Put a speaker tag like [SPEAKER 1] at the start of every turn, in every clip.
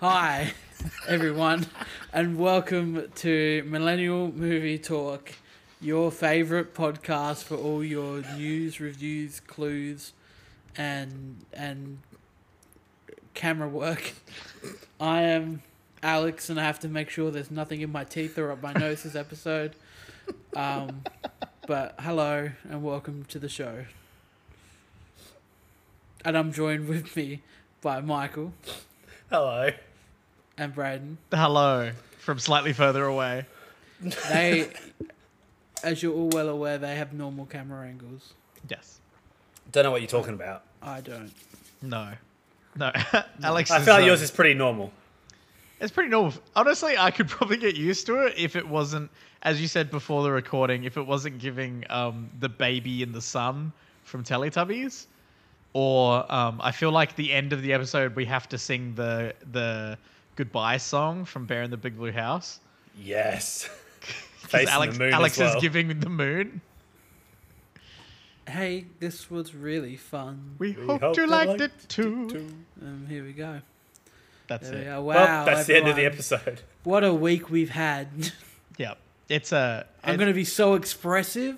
[SPEAKER 1] Hi, everyone, and welcome to Millennial Movie Talk, your favorite podcast for all your news, reviews, clues, and and camera work. I am Alex, and I have to make sure there's nothing in my teeth or up my nose this episode. Um, but hello, and welcome to the show. And I'm joined with me by Michael
[SPEAKER 2] Hello.
[SPEAKER 1] and Braden.
[SPEAKER 3] Hello from slightly further away.
[SPEAKER 1] They, as you're all well aware, they have normal camera angles.
[SPEAKER 3] Yes.
[SPEAKER 2] Don't know what you're talking about.
[SPEAKER 1] I don't.
[SPEAKER 3] No. No. Alex.
[SPEAKER 2] I
[SPEAKER 3] is,
[SPEAKER 2] feel like
[SPEAKER 3] um,
[SPEAKER 2] yours is pretty normal.
[SPEAKER 3] It's pretty normal. Honestly, I could probably get used to it if it wasn't, as you said before the recording, if it wasn't giving um, the baby in the sun from Teletubbies, or um, I feel like the end of the episode we have to sing the the goodbye song from Bear in the Big Blue House.
[SPEAKER 2] Yes.
[SPEAKER 3] 'Cause
[SPEAKER 2] Face in the
[SPEAKER 3] Alex,
[SPEAKER 2] moon
[SPEAKER 3] Alex
[SPEAKER 2] as well.
[SPEAKER 3] is giving the moon.
[SPEAKER 1] Hey, this was really fun.
[SPEAKER 3] We,
[SPEAKER 2] We
[SPEAKER 3] hoped,
[SPEAKER 2] hope
[SPEAKER 3] you
[SPEAKER 2] you
[SPEAKER 3] liked,
[SPEAKER 2] liked
[SPEAKER 3] it too.
[SPEAKER 1] Um, here we go.
[SPEAKER 3] That's
[SPEAKER 1] There
[SPEAKER 3] it.
[SPEAKER 1] we are. Wow,
[SPEAKER 2] well, that's the end of the
[SPEAKER 1] everyone.
[SPEAKER 2] episode.
[SPEAKER 1] What a week we've had.
[SPEAKER 3] Yeah. It's a.
[SPEAKER 1] I'm
[SPEAKER 3] it's-
[SPEAKER 1] going to be so expressive.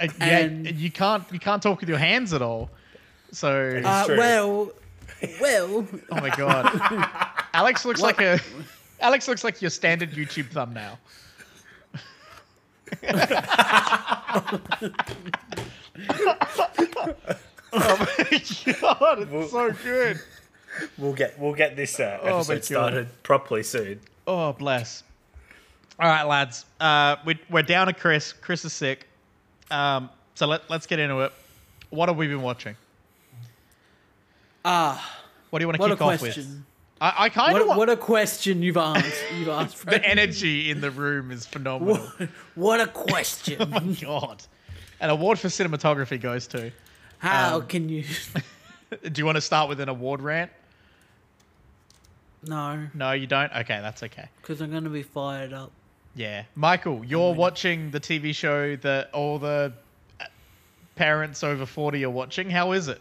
[SPEAKER 3] Uh, yeah,
[SPEAKER 1] And-
[SPEAKER 3] and you can't you can't talk with your hands at all. So
[SPEAKER 2] It's
[SPEAKER 1] Uh,
[SPEAKER 2] true.
[SPEAKER 1] well, well,
[SPEAKER 3] oh my god, Alex looks like a Alex looks like your standard YouTube thumbnail. oh my god, it's so good.
[SPEAKER 2] We'll get we'll get this uh,
[SPEAKER 3] my
[SPEAKER 2] episode
[SPEAKER 3] God.
[SPEAKER 2] started properly soon.
[SPEAKER 3] Oh bless. All right, lads. Uh, we, we're down to Chris. Chris is sick. Um, so let, let's get into it. What have we been watching?
[SPEAKER 1] ah,
[SPEAKER 3] What do you want to
[SPEAKER 1] what a
[SPEAKER 3] kick off with?
[SPEAKER 1] question.
[SPEAKER 3] I, I kind
[SPEAKER 1] What
[SPEAKER 3] of
[SPEAKER 1] a,
[SPEAKER 3] want
[SPEAKER 1] what a question you've asked. You've asked for
[SPEAKER 3] the energy in the room is phenomenal.
[SPEAKER 1] What, what a
[SPEAKER 2] Um,
[SPEAKER 1] question.
[SPEAKER 3] My God. An award for cinematography goes to.
[SPEAKER 1] How can you?
[SPEAKER 3] Do you want to start with an award rant?
[SPEAKER 1] No,
[SPEAKER 3] No, you don't? Okay, that's okay.
[SPEAKER 1] because I'm going to be fired up.
[SPEAKER 3] Yeah. Michael, you're watching the TV show that all the uh, parents over 40 are watching. How is it?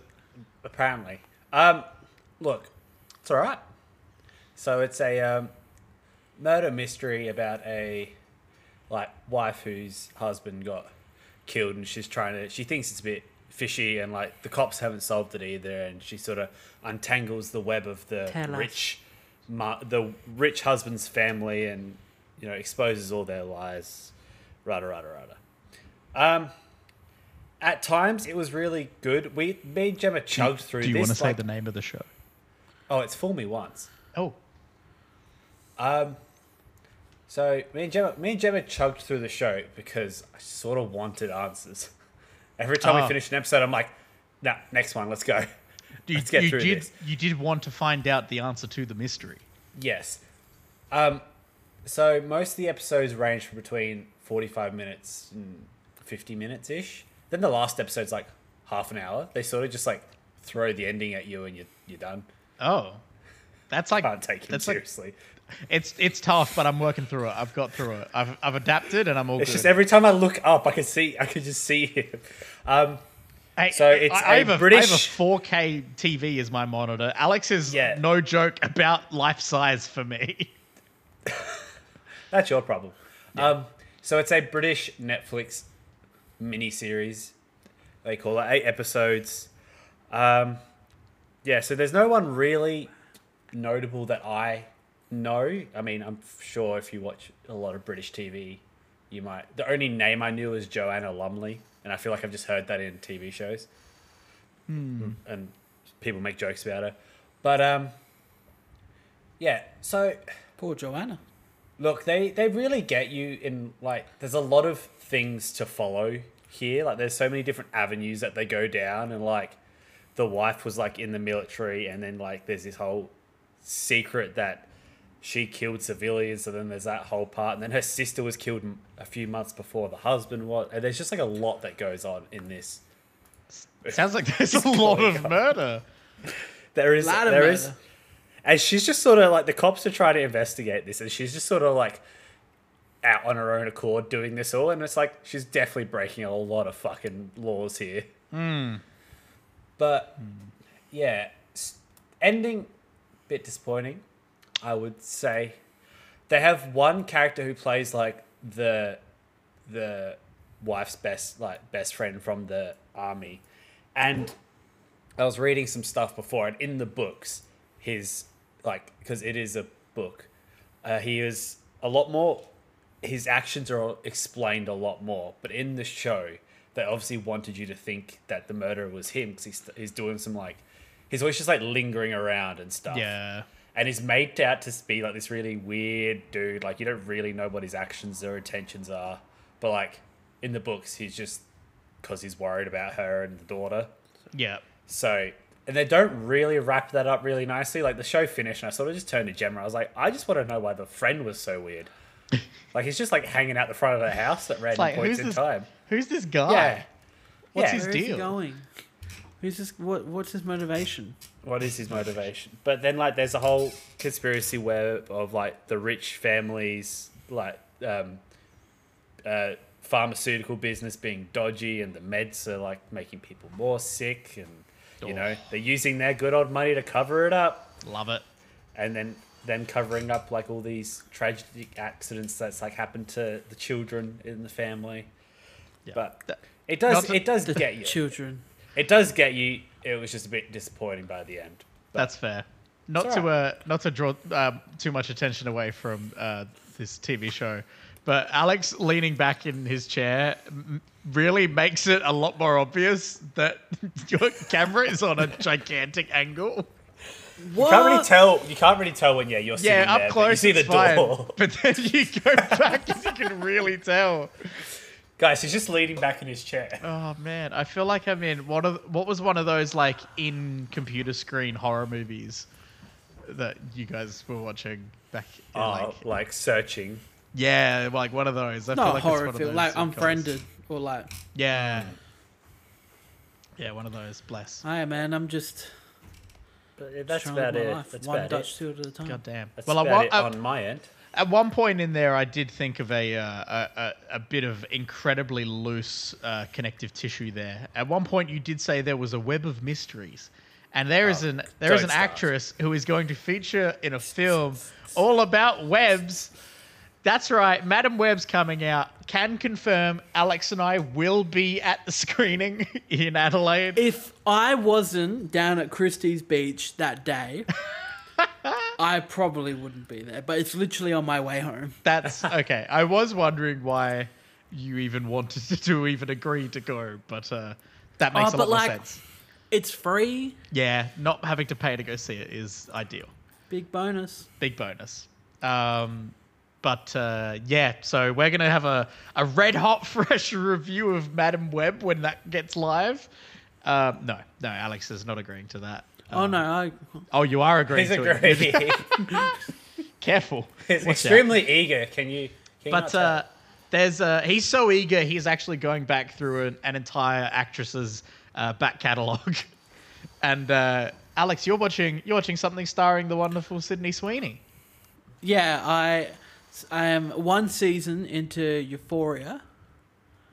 [SPEAKER 2] Apparently, um, look, it's all right. So it's a um, murder mystery about a like wife whose husband got killed, and she's trying to. She thinks it's a bit fishy, and like the cops haven't solved it either, and she sort of untangles the web of the
[SPEAKER 1] Tell us.
[SPEAKER 2] rich, ma- the rich husband's family, and you know exposes all their lies. Rada rada rada. Um, at times it was really good. We me and Gemma chugged through.
[SPEAKER 3] Do you
[SPEAKER 2] this,
[SPEAKER 3] want to say
[SPEAKER 2] like-
[SPEAKER 3] the name of the show?
[SPEAKER 2] Oh, it's fool me once.
[SPEAKER 3] Oh,
[SPEAKER 2] So me and Gemma, me and Gemma chugged through the show because I sort of wanted answers. Every time
[SPEAKER 3] Ah.
[SPEAKER 2] we finished an episode, I'm like, "Nah, next one, let's go."
[SPEAKER 3] you,
[SPEAKER 2] Let's get
[SPEAKER 3] you
[SPEAKER 2] through
[SPEAKER 3] did,
[SPEAKER 2] this.
[SPEAKER 3] You did want to find out the answer to the mystery.
[SPEAKER 2] Yes. Um, so most of the episodes range from between 45 minutes and 50 minutes ish. Then the last episode's like half an hour. They sort of just like throw the ending at you and you're, you're done.
[SPEAKER 3] Oh. That's like
[SPEAKER 2] Can't take it
[SPEAKER 3] that's like,
[SPEAKER 2] seriously.
[SPEAKER 3] it's it's tough, but I'm working through it. I've got through it. I've, I've adapted and I'm all
[SPEAKER 2] it's
[SPEAKER 3] good.
[SPEAKER 2] just every time I look up, I can see, I can just see him. Um,
[SPEAKER 3] Hey,
[SPEAKER 2] So it's
[SPEAKER 3] I, I
[SPEAKER 2] a
[SPEAKER 3] have a, I have a
[SPEAKER 2] British-
[SPEAKER 3] 4K TV as my monitor. Alex is
[SPEAKER 2] Yeah.
[SPEAKER 3] no joke about life size for me.
[SPEAKER 2] That's your problem. Um, so it's a British Netflix miniseries. They call it eight episodes. Um, yeah, so there's no one really notable that I know. I mean, I'm sure if you watch a lot of British TV, you might. The only name I knew is Joanna Lumley, and I feel like I've just heard that in TV shows. And people make jokes about her. But um, yeah, so
[SPEAKER 1] Poor Joanna.
[SPEAKER 2] look they they really get you in like there's a lot of things to follow here like there's so many different avenues that they go down and like the wife was like in the military and then like there's this whole secret that she killed civilians and then there's that whole part and then her sister was killed m- a few months before the husband was and there's just like a lot that goes on in this
[SPEAKER 3] Sounds like there's a lot
[SPEAKER 2] going
[SPEAKER 3] of murder.
[SPEAKER 2] there is
[SPEAKER 1] Lot of
[SPEAKER 2] there is
[SPEAKER 1] murder.
[SPEAKER 2] and she's just sort of like the cops are trying to investigate this and she's just sort of like out on her own accord doing this all and it's like she's definitely breaking a lot of fucking laws here but yeah s- ending bit disappointing I would say. They have one character who plays like the the wife's best like best friend from the army. And I was reading some stuff before and in the books his like because it is a book. Uh, he is a lot more his actions are explained a lot more, but in the show they obviously wanted you to think that the murderer was him because he's, he's doing some like he's always just like lingering around and stuff
[SPEAKER 3] Yeah.
[SPEAKER 2] and he's made out to be like this really weird dude. Like you don't really know what his actions or intentions are, but like in the books, he's just because he's worried about her and the daughter.
[SPEAKER 3] Yeah.
[SPEAKER 2] So and they don't really wrap that up really nicely. Like the show finished, and I sort of just turned to Gemma. I was like, I just want to know why the friend was so weird. like he's just like hanging out the front of the house at random
[SPEAKER 3] like,
[SPEAKER 2] points
[SPEAKER 3] who's
[SPEAKER 2] in
[SPEAKER 3] this-
[SPEAKER 2] time.
[SPEAKER 3] Who's this guy?
[SPEAKER 2] Yeah.
[SPEAKER 3] What's
[SPEAKER 2] Yeah.
[SPEAKER 3] his
[SPEAKER 1] Where is he
[SPEAKER 3] deal?
[SPEAKER 1] going? Who's this? What? What's his motivation?
[SPEAKER 2] what is his motivation? But then like there's a whole conspiracy web of like the rich families like um uh pharmaceutical business being dodgy and the meds are like making people more sick and you know they're using their good old money to cover it up
[SPEAKER 3] Love it.
[SPEAKER 2] and then them covering up like all these tragic accidents that's like happened to the children in the family
[SPEAKER 3] Yeah.
[SPEAKER 2] but
[SPEAKER 3] That-
[SPEAKER 2] it does
[SPEAKER 3] Not to-
[SPEAKER 2] it does
[SPEAKER 1] The
[SPEAKER 2] get you
[SPEAKER 1] children.
[SPEAKER 2] it does get you it was just a bit disappointing by the end
[SPEAKER 3] That's fair. Not
[SPEAKER 2] It's
[SPEAKER 3] to uh,
[SPEAKER 2] alright.
[SPEAKER 3] not to draw um, too much attention away from uh, this TV show, but Alex leaning back in his chair m- really makes it a lot more obvious that your camera is on a gigantic angle.
[SPEAKER 1] What?
[SPEAKER 2] Can't really tell. You can't really tell when yeah you're sitting
[SPEAKER 3] Uh, Yeah,
[SPEAKER 2] there,
[SPEAKER 3] up
[SPEAKER 2] but
[SPEAKER 3] close,
[SPEAKER 2] You see the
[SPEAKER 3] it's fine,
[SPEAKER 2] door,
[SPEAKER 3] but then you go back and you can really tell.
[SPEAKER 2] guys. He's just leaning back in his chair.
[SPEAKER 3] Oh man, I feel like I'm in one of what was one of those like in computer screen horror movies that you guys were watching back. in,
[SPEAKER 2] Oh,
[SPEAKER 3] like,
[SPEAKER 2] like, searching.
[SPEAKER 3] Yeah, like one of those. I feel
[SPEAKER 1] Not
[SPEAKER 3] like it's
[SPEAKER 1] horror
[SPEAKER 3] one of
[SPEAKER 1] film.
[SPEAKER 3] those
[SPEAKER 1] Like
[SPEAKER 3] sitcoms.
[SPEAKER 1] unfriended or like.
[SPEAKER 3] Yeah. Yeah, one of those. Bless.
[SPEAKER 1] Hi man, I'm just.
[SPEAKER 2] But that's
[SPEAKER 1] trying to live
[SPEAKER 2] about
[SPEAKER 1] my
[SPEAKER 2] it.
[SPEAKER 1] life,
[SPEAKER 2] That's
[SPEAKER 1] One
[SPEAKER 2] about
[SPEAKER 1] Dutch
[SPEAKER 2] it.
[SPEAKER 1] seal at a time.
[SPEAKER 3] God damn.
[SPEAKER 2] That's
[SPEAKER 3] Well, I,
[SPEAKER 2] about
[SPEAKER 3] wa-
[SPEAKER 2] it
[SPEAKER 3] I-
[SPEAKER 2] on my end.
[SPEAKER 3] at one point in there, I did think of a uh, a, a, a bit of incredibly loose uh, connective tissue there. At one point, you did say there was a web of mysteries, and there is
[SPEAKER 2] Oh,
[SPEAKER 3] an there is
[SPEAKER 2] don't
[SPEAKER 3] an
[SPEAKER 2] start.
[SPEAKER 3] actress who is going to feature in a film all about webs. That's right, Madam Web's coming out. Can confirm, Alex and I will be at the screening in Adelaide.
[SPEAKER 1] If I wasn't down at Christie's Beach that day, I probably wouldn't be there. But it's literally on my way home.
[SPEAKER 3] That's okay. I was wondering why you even wanted to, to even agree to go, but uh, that makes
[SPEAKER 1] Oh,
[SPEAKER 3] a
[SPEAKER 1] but
[SPEAKER 3] lot
[SPEAKER 1] like,
[SPEAKER 3] more sense.
[SPEAKER 1] it's free.
[SPEAKER 3] Yeah, not having to pay to go see it is ideal.
[SPEAKER 1] Big bonus.
[SPEAKER 3] Big bonus. Um, but uh, yeah, so we're gonna have a, a red hot fresh review of Madam Web when that gets live. Um, no, no, Alex is not agreeing to that.
[SPEAKER 1] oh no, I,
[SPEAKER 3] Oh, you are agreeing
[SPEAKER 2] He's
[SPEAKER 3] to it.
[SPEAKER 2] agreeing.
[SPEAKER 3] Careful.
[SPEAKER 2] he's
[SPEAKER 3] Watch out.
[SPEAKER 2] extremely eager. Can you? Can
[SPEAKER 3] But
[SPEAKER 2] you not
[SPEAKER 3] uh, there's uh, he's so eager he's actually going back through an, an entire actress's uh, back catalogue. and uh, Alex, you're watching you're watching something starring the wonderful Sydney Sweeney.
[SPEAKER 1] yeah, I, I am one season into Euphoria,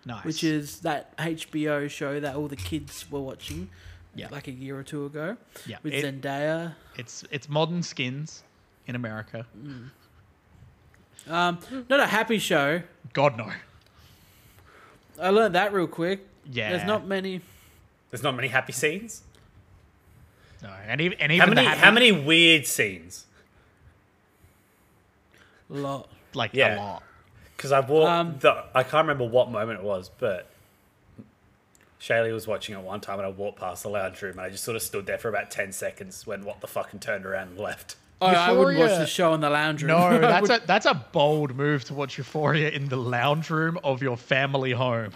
[SPEAKER 3] Nice.
[SPEAKER 1] which is that HBO show that all the kids were watching,
[SPEAKER 3] Yeah.
[SPEAKER 1] like a year or two ago,
[SPEAKER 3] Yeah,
[SPEAKER 1] with
[SPEAKER 3] it-
[SPEAKER 1] Zendaya.
[SPEAKER 3] it's it's modern skins in America.
[SPEAKER 1] Um, not a happy show.
[SPEAKER 3] God no.
[SPEAKER 1] I learned that real quick.
[SPEAKER 3] Yeah.
[SPEAKER 1] there's not many.
[SPEAKER 2] tell? There's not many happy scenes.
[SPEAKER 3] No. And even, and even
[SPEAKER 2] How
[SPEAKER 3] the
[SPEAKER 2] many?
[SPEAKER 3] happy-
[SPEAKER 2] How many weird scenes?
[SPEAKER 1] Lot.
[SPEAKER 3] like
[SPEAKER 2] Yeah.
[SPEAKER 3] a lot.
[SPEAKER 2] Because I walked.
[SPEAKER 1] Um,
[SPEAKER 2] the, I can't remember what moment it was, but Shaylee was watching it one time, and I walked past the lounge room, and I just sort of stood there for about ten seconds. When what the fuck, and turned around and left.
[SPEAKER 1] Oh, I wouldn't watch
[SPEAKER 3] Euphoria-
[SPEAKER 1] the show in the lounge room. I
[SPEAKER 3] uh, No, that's
[SPEAKER 1] would-
[SPEAKER 3] a that's a bold move to watch Euphoria in the lounge room of your family home.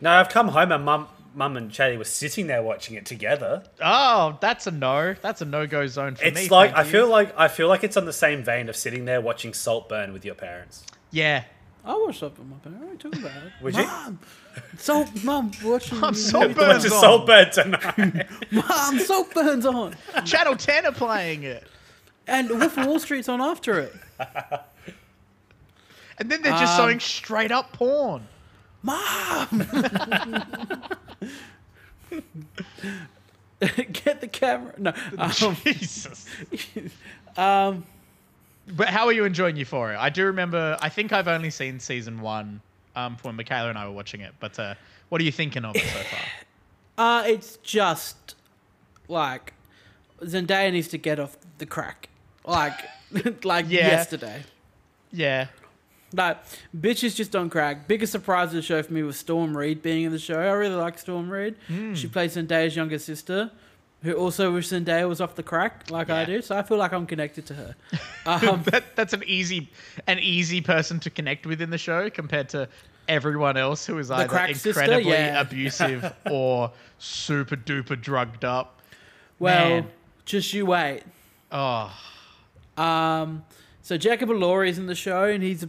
[SPEAKER 2] No, I've come home and mum, mum and Shaylee were sitting there watching it together.
[SPEAKER 3] Oh, that's a no. That's a no go zone for me.
[SPEAKER 2] it's like
[SPEAKER 3] thank
[SPEAKER 2] I
[SPEAKER 3] you.
[SPEAKER 2] feel like I feel like it's on the same vein of sitting there watching Saltburn with your parents.
[SPEAKER 3] Yeah.
[SPEAKER 1] I watched up on my parents. What are you talking about?
[SPEAKER 2] Would you?
[SPEAKER 1] mom, so mom watching.
[SPEAKER 3] I'm
[SPEAKER 1] the
[SPEAKER 3] so
[SPEAKER 1] movie.
[SPEAKER 3] burnt.
[SPEAKER 2] Watching
[SPEAKER 3] on.
[SPEAKER 2] Saltburn tonight.
[SPEAKER 1] Mom, soap burns on,
[SPEAKER 3] Channel 10 are playing it.
[SPEAKER 1] and Wolf of Wall Street's on after it.
[SPEAKER 3] And then they're just
[SPEAKER 1] Um,
[SPEAKER 3] showing straight up porn.
[SPEAKER 1] Mom, get the camera. No, um,
[SPEAKER 3] Jesus.
[SPEAKER 1] um,
[SPEAKER 3] But how are you enjoying Euphoria? I do remember. I think I've only seen season one um, when Michaela and I were watching it. But uh, what are you thinking of it so far?
[SPEAKER 1] Uh, it's just like Zendaya needs to get off the crack. Like, like
[SPEAKER 3] Yeah.
[SPEAKER 1] yesterday.
[SPEAKER 3] Yeah,
[SPEAKER 1] Like, bitch is just on crack. Biggest surprise of the show for me was Storm Reed being in the show. I really like Storm Reed.
[SPEAKER 3] Hmm.
[SPEAKER 1] She plays Zendaya's younger sister, who also wish Zendaya was off the crack like I
[SPEAKER 3] Yeah.
[SPEAKER 1] do. So I feel like I'm connected to her. Um,
[SPEAKER 3] that, that's an easy, an easy person to connect with in the show compared to everyone else who is either
[SPEAKER 1] crack sister?
[SPEAKER 3] incredibly
[SPEAKER 1] Yeah.
[SPEAKER 3] abusive or super duper drugged up.
[SPEAKER 1] well,
[SPEAKER 3] Man.
[SPEAKER 1] just you wait.
[SPEAKER 3] Oh,
[SPEAKER 1] Um, so Jacob Elordi is in the show, and he's a,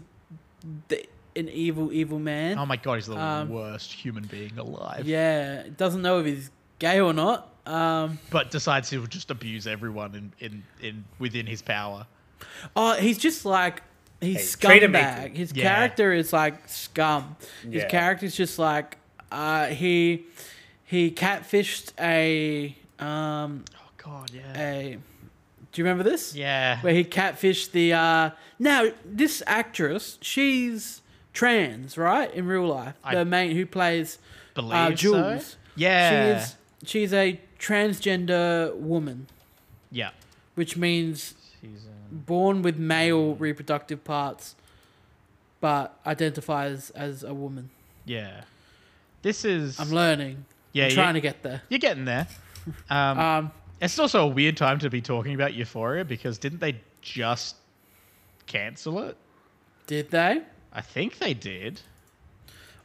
[SPEAKER 1] th- an evil, evil man.
[SPEAKER 3] oh my god, he's the
[SPEAKER 1] Um,
[SPEAKER 3] worst human being alive.
[SPEAKER 1] yeah, doesn't know if he's gay or not. Um,
[SPEAKER 3] But decides he'll just abuse everyone in, in, in within his power.
[SPEAKER 1] oh, he's just like he's
[SPEAKER 2] Hey, treat him
[SPEAKER 1] scumbag.
[SPEAKER 2] equal.
[SPEAKER 1] His
[SPEAKER 3] Yeah.
[SPEAKER 1] character is like scum. His
[SPEAKER 2] Yeah.
[SPEAKER 1] character's just like uh, he he catfished a um
[SPEAKER 3] Oh god, yeah.
[SPEAKER 1] a. Do you remember this?
[SPEAKER 3] yeah.
[SPEAKER 1] where he catfished the uh now this actress she's trans right in real life
[SPEAKER 3] I
[SPEAKER 1] the main who plays
[SPEAKER 3] believe
[SPEAKER 1] uh,
[SPEAKER 3] so.
[SPEAKER 1] Jules
[SPEAKER 3] Yeah.
[SPEAKER 1] she is she's a transgender woman
[SPEAKER 3] Yeah.
[SPEAKER 1] which means
[SPEAKER 3] She's um,
[SPEAKER 1] born with male reproductive parts but identifies as a woman
[SPEAKER 3] yeah. This is
[SPEAKER 1] I'm learning
[SPEAKER 3] yeah,
[SPEAKER 1] I'm
[SPEAKER 3] you-
[SPEAKER 1] trying to get there
[SPEAKER 3] You're getting there. Um,
[SPEAKER 1] um
[SPEAKER 3] it's also a weird time to be talking about Euphoria because didn't they just cancel it?
[SPEAKER 1] did they
[SPEAKER 3] I think they did.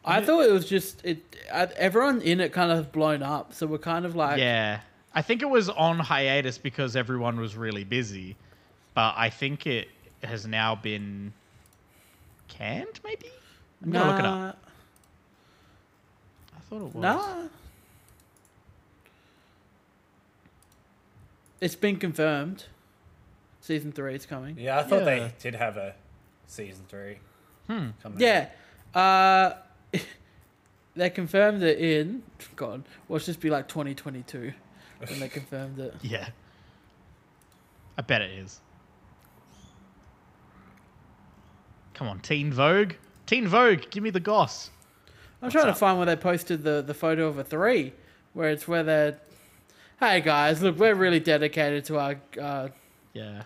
[SPEAKER 1] I thought it was just it I, everyone in it kind of blown up so we're kind of like
[SPEAKER 3] yeah. I think it was on hiatus because everyone was really busy, but I think it has now been canned, maybe? I'm going to look it up.
[SPEAKER 1] nah,
[SPEAKER 3] I thought it was.
[SPEAKER 1] Nah. It's been confirmed. Season three is coming.
[SPEAKER 2] Yeah, I thought
[SPEAKER 3] Yeah.
[SPEAKER 2] they did have a season three. Hmm.
[SPEAKER 1] Yeah. Uh, they confirmed it in. God, watch this be like 2022 when they confirmed it.
[SPEAKER 3] Yeah. I bet it is. Come on, Teen Vogue. Teen Vogue, give me the goss.
[SPEAKER 1] I'm trying
[SPEAKER 3] up?
[SPEAKER 1] to find where they posted the, the photo of a three, where it's where they're. Hey guys, look, we're really dedicated to our uh,
[SPEAKER 3] Yeah.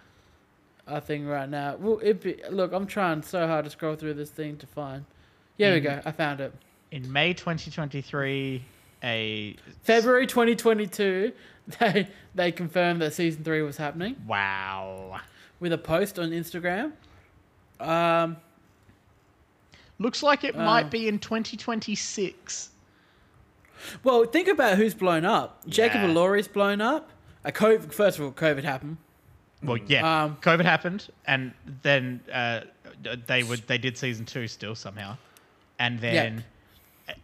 [SPEAKER 1] our thing right now. Well, it be, look, I'm trying so hard to scroll through this thing to find. Yeah, we
[SPEAKER 3] Mm.
[SPEAKER 1] go. I found it.
[SPEAKER 3] In May 2023, a.
[SPEAKER 1] February 2022, they they confirmed that season three was happening
[SPEAKER 3] Wow.
[SPEAKER 1] with a post on Instagram. Um,
[SPEAKER 3] Looks like it
[SPEAKER 1] Uh.
[SPEAKER 3] might be in 2026.
[SPEAKER 1] well, think about who's blown up. Jacob
[SPEAKER 3] Yeah.
[SPEAKER 1] Elordi's blown up. A COVID, first of all, COVID happened.
[SPEAKER 3] Well, yeah.
[SPEAKER 1] Um.
[SPEAKER 3] COVID happened, and then uh, they would they did season two still somehow, and then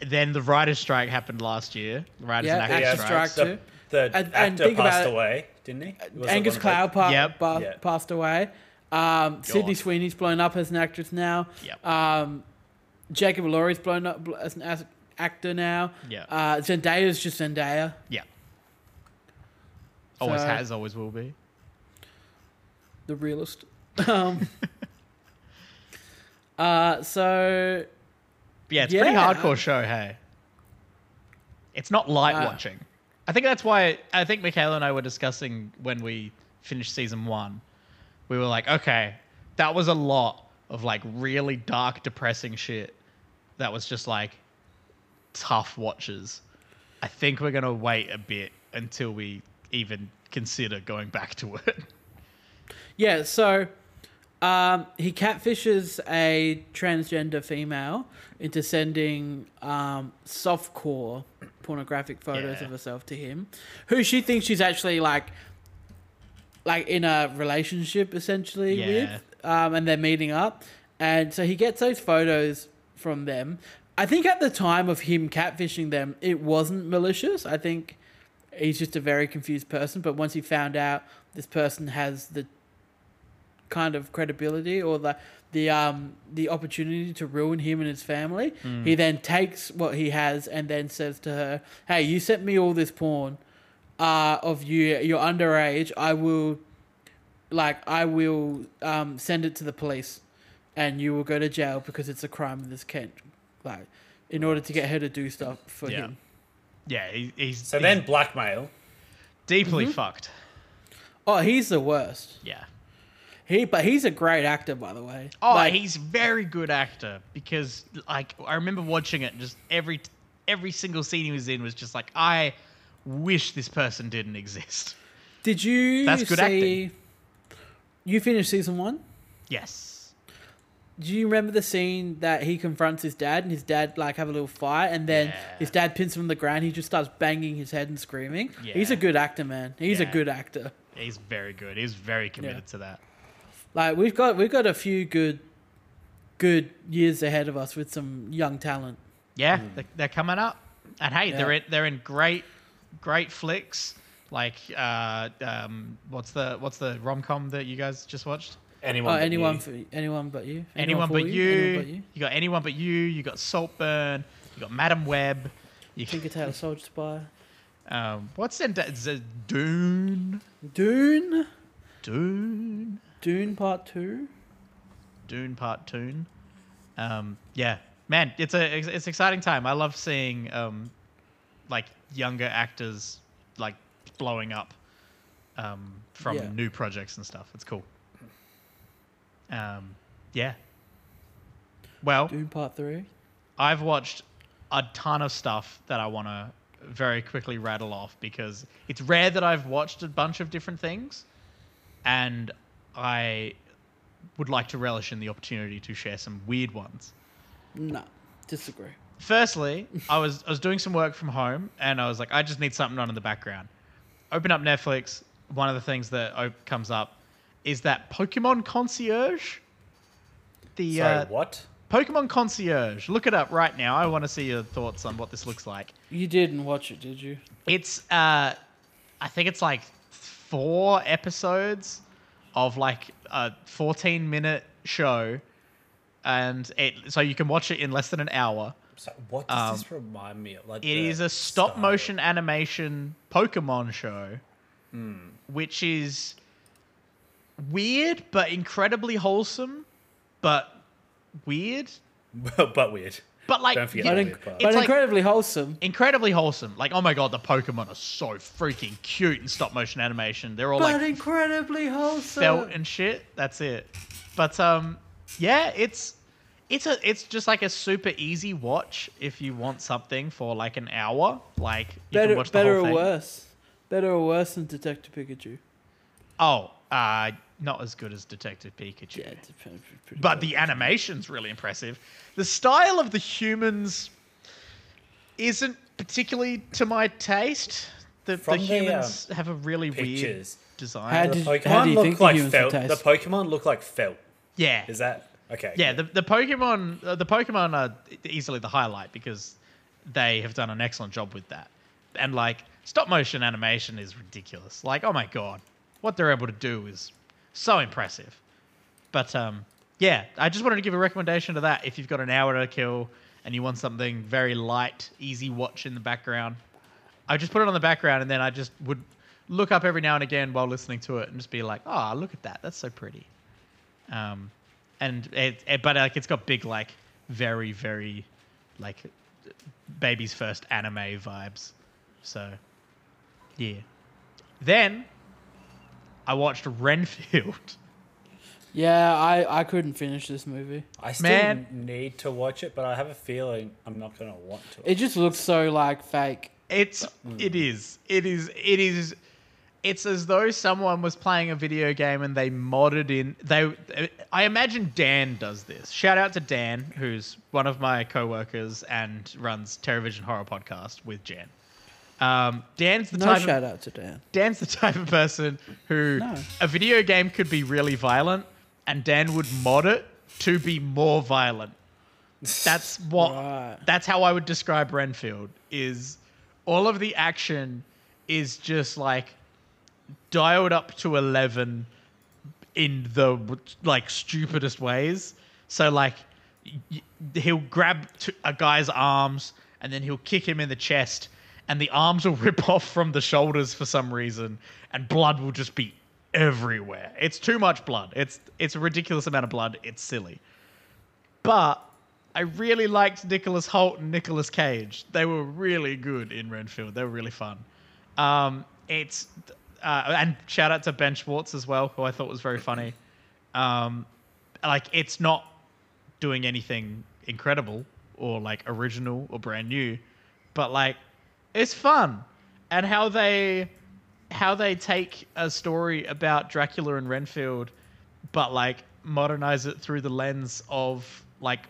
[SPEAKER 3] then the writers' strike happened last year. Writers
[SPEAKER 1] Yeah,
[SPEAKER 3] and
[SPEAKER 1] actors'
[SPEAKER 3] actors'
[SPEAKER 1] strike.
[SPEAKER 3] strike.
[SPEAKER 2] The, the
[SPEAKER 1] And- and
[SPEAKER 2] actor
[SPEAKER 1] think about
[SPEAKER 2] passed
[SPEAKER 1] it.
[SPEAKER 2] away, didn't he? Was it
[SPEAKER 1] Angus
[SPEAKER 2] one of
[SPEAKER 1] Cloud pa-
[SPEAKER 3] Yep.
[SPEAKER 1] pa-
[SPEAKER 2] Yeah.
[SPEAKER 1] passed away. Um, Sydney Sweeney's blown up as an actress now.
[SPEAKER 3] Yep.
[SPEAKER 1] Um, Jacob Elordi's blown up bl- as an as- actor now.
[SPEAKER 3] Yeah.
[SPEAKER 1] Uh, Zendaya's just Zendaya.
[SPEAKER 3] Yeah. Always
[SPEAKER 1] So-
[SPEAKER 3] has, always will be.
[SPEAKER 1] the realist. Um, uh, so
[SPEAKER 3] But yeah, it's pretty
[SPEAKER 1] Yeah.
[SPEAKER 3] hardcore show, hey. It's not light
[SPEAKER 1] Uh,
[SPEAKER 3] watching. I think that's why I think Michaela and I were discussing when we finished season one. We were like, okay, that was a lot of like really dark, depressing shit that was just like tough watches. I think we're gonna wait a bit until we even consider going back to it.
[SPEAKER 1] yeah, so um, he catfishes a transgender female into sending um, softcore pornographic photos
[SPEAKER 3] Yeah.
[SPEAKER 1] of herself to him, who she thinks she's actually like, like in a relationship essentially
[SPEAKER 3] Yeah.
[SPEAKER 1] with, um, and they're meeting up, and so he gets those photos from them. I think at the time of him catfishing them, it wasn't malicious. I think he's just a very confused person. But once he found out this person has the kind of credibility or the the um the opportunity to ruin him and his family, he then takes what he has and then says to her, "Hey, you sent me all this porn uh, of you. You're underage. I will like I will um, send it to the police, and you will go to jail because it's a crime of this Kent, like in order to get her to do stuff for
[SPEAKER 3] Yeah.
[SPEAKER 1] him.
[SPEAKER 3] Yeah, he, he's
[SPEAKER 2] So
[SPEAKER 3] he's
[SPEAKER 2] then blackmail.
[SPEAKER 3] deeply fucked.
[SPEAKER 1] Oh, he's the worst.
[SPEAKER 3] Yeah.
[SPEAKER 1] He, but he's a great actor, by the way.
[SPEAKER 3] Oh,
[SPEAKER 1] Like,
[SPEAKER 3] he's very good actor because like I remember watching it. Just every every single scene he was in was just like I wish this person didn't exist.
[SPEAKER 1] Did you
[SPEAKER 3] That's good
[SPEAKER 1] see? You finished season one.
[SPEAKER 3] Yes.
[SPEAKER 1] Do you remember the scene that he confronts his dad and his dad like have a little fight and then
[SPEAKER 3] Yeah.
[SPEAKER 1] his dad pins him on the ground? He just starts banging his head and screaming. He's
[SPEAKER 3] Yeah.
[SPEAKER 1] a good actor, man. He's a
[SPEAKER 3] Yeah.
[SPEAKER 1] good actor.
[SPEAKER 3] He's very good. He's very committed to that.
[SPEAKER 1] Like we've got we've got a few good, good years ahead of us with some young talent.
[SPEAKER 3] Yeah, they- they're coming up, and hey, they're
[SPEAKER 1] Hmm. Yeah.
[SPEAKER 3] in, they're in great great flicks. Like uh, um, what's the what's the rom com that you guys just watched?
[SPEAKER 2] Anyone.
[SPEAKER 1] Oh,
[SPEAKER 2] but
[SPEAKER 1] anyone
[SPEAKER 2] you.
[SPEAKER 1] for anyone but you.
[SPEAKER 3] Anyone,
[SPEAKER 1] for
[SPEAKER 3] but you.
[SPEAKER 1] Anyone but
[SPEAKER 3] you.
[SPEAKER 1] you.
[SPEAKER 3] got anyone but you. You got Saltburn. You got Madam Web. You
[SPEAKER 1] Tinker Tailor Soldier Spy.
[SPEAKER 3] Um, what's in da- Z- Dune?
[SPEAKER 1] Dune.
[SPEAKER 3] Dune,
[SPEAKER 1] Dune Part Two.
[SPEAKER 3] Dune Part Dune. Um, yeah, man, it's a it's, it's exciting time. I love seeing um, like younger actors like blowing up um, from
[SPEAKER 1] Yeah.
[SPEAKER 3] new projects and stuff. It's cool. Um, yeah. Well,
[SPEAKER 1] Dune Part Three.
[SPEAKER 3] I've watched a ton of stuff that I want to very quickly rattle off because it's rare that I've watched a bunch of different things, and I would like to relish in the opportunity to share some weird ones.
[SPEAKER 1] Nah, disagree.
[SPEAKER 3] Firstly, I was I was doing some work from home, and I was like, I just need something on in the background. Open up Netflix. One of the things that op- comes up is that Pokemon Concierge. The
[SPEAKER 2] Sorry,
[SPEAKER 3] uh,
[SPEAKER 2] what?
[SPEAKER 3] Pokemon Concierge. Look it up right now. I want to see your thoughts on what this looks like.
[SPEAKER 1] You didn't watch it, did you?
[SPEAKER 3] It's, uh, I think it's like four episodes of like a 14 minute show. And it, so you can watch it in less than an hour.
[SPEAKER 2] So what does
[SPEAKER 3] Um,
[SPEAKER 2] this remind me of? Like
[SPEAKER 3] It
[SPEAKER 2] the
[SPEAKER 3] is a stop
[SPEAKER 2] style.
[SPEAKER 3] motion animation Pokemon show,
[SPEAKER 2] Hmm.
[SPEAKER 3] which is weird but incredibly wholesome, but weird.
[SPEAKER 2] but weird.
[SPEAKER 3] But like,
[SPEAKER 2] Don't forget
[SPEAKER 3] you-
[SPEAKER 1] But,
[SPEAKER 2] Yeah,
[SPEAKER 1] inc-
[SPEAKER 2] weird part.
[SPEAKER 1] but
[SPEAKER 3] It's like-
[SPEAKER 1] incredibly wholesome.
[SPEAKER 3] incredibly wholesome. Like, oh my god, the Pokemon are so freaking cute in stop motion animation. They're all
[SPEAKER 1] But
[SPEAKER 3] like
[SPEAKER 1] incredibly wholesome.
[SPEAKER 3] felt and shit. That's it. But um, yeah, it's it's a it's just like a super easy watch if you want something for like an hour. Like you can
[SPEAKER 1] better,
[SPEAKER 3] watch the
[SPEAKER 1] better
[SPEAKER 3] whole
[SPEAKER 1] or
[SPEAKER 3] thing.
[SPEAKER 1] worse? Better or worse than Detective Pikachu?
[SPEAKER 3] Oh, uh, not as good as Detective Pikachu.
[SPEAKER 1] Yeah, it's pretty, pretty
[SPEAKER 3] But
[SPEAKER 1] good.
[SPEAKER 3] the animation's really impressive. The style of the humans isn't particularly to my taste. The, the
[SPEAKER 2] From the, um,
[SPEAKER 3] humans have a really weird
[SPEAKER 2] Pictures.
[SPEAKER 3] design.
[SPEAKER 1] How did-
[SPEAKER 2] The Pokemon
[SPEAKER 1] how do you
[SPEAKER 2] look
[SPEAKER 1] think the
[SPEAKER 2] like
[SPEAKER 1] humans
[SPEAKER 2] felt.
[SPEAKER 1] would
[SPEAKER 2] The
[SPEAKER 1] taste?
[SPEAKER 2] Pokemon look like felt.
[SPEAKER 3] yeah,
[SPEAKER 2] Is that okay?
[SPEAKER 3] yeah. The, the Pokemon, uh, the Pokemon are easily the highlight because they have done an excellent job with that. And like stop motion animation is ridiculous. Like, oh my god, what they're able to do is so impressive. But um, yeah, I just wanted to give a recommendation to that. If you've got an hour to kill and you want something very light, easy watch in the background, I just put it on the background and then I just would look up every now and again while listening to it and just be like, "Ah, look at that! That's so pretty." Um, and it, it- but like it's got big like very very like baby's first anime vibes. So yeah. Then I watched Renfield.
[SPEAKER 1] yeah, I, I couldn't finish this movie.
[SPEAKER 2] I still
[SPEAKER 3] Man.
[SPEAKER 2] need to watch it, but I have a feeling I'm not gonna want to.
[SPEAKER 1] It just looks so like fake.
[SPEAKER 3] It's
[SPEAKER 1] mm.
[SPEAKER 3] it is it is it is it's as though someone was playing a video game and they modded in they I imagine Dan does this. Shout out to Dan who's one of my coworkers and runs Terrorvision Horror Podcast with Jan. Um, Dan's the
[SPEAKER 1] No
[SPEAKER 3] type
[SPEAKER 1] shout
[SPEAKER 3] of,
[SPEAKER 1] out to Dan.
[SPEAKER 3] Dan's the type of person who
[SPEAKER 1] No.
[SPEAKER 3] a video game could be really violent and Dan would mod it to be more violent. That's what
[SPEAKER 1] Right.
[SPEAKER 3] that's how I would describe Renfield is all of the action is just like dialed up to 11 in the like stupidest ways. So like y- y- he'll grab t- a guy's arms and then he'll kick him in the chest and the arms will rip off from the shoulders for some reason and blood will just be everywhere. It's too much blood. It's it's a ridiculous amount of blood. It's silly. But I really liked Nicholas Holt and Nicholas Cage. They were really good in Renfield. They were really fun. Um, it's uh, and shout out to Ben Schwartz as well, who I thought was very funny. Um, like it's not doing anything incredible or like original or brand new, but like it's fun. And how they how they take a story about Dracula and Renfield, but like modernize it through the lens of like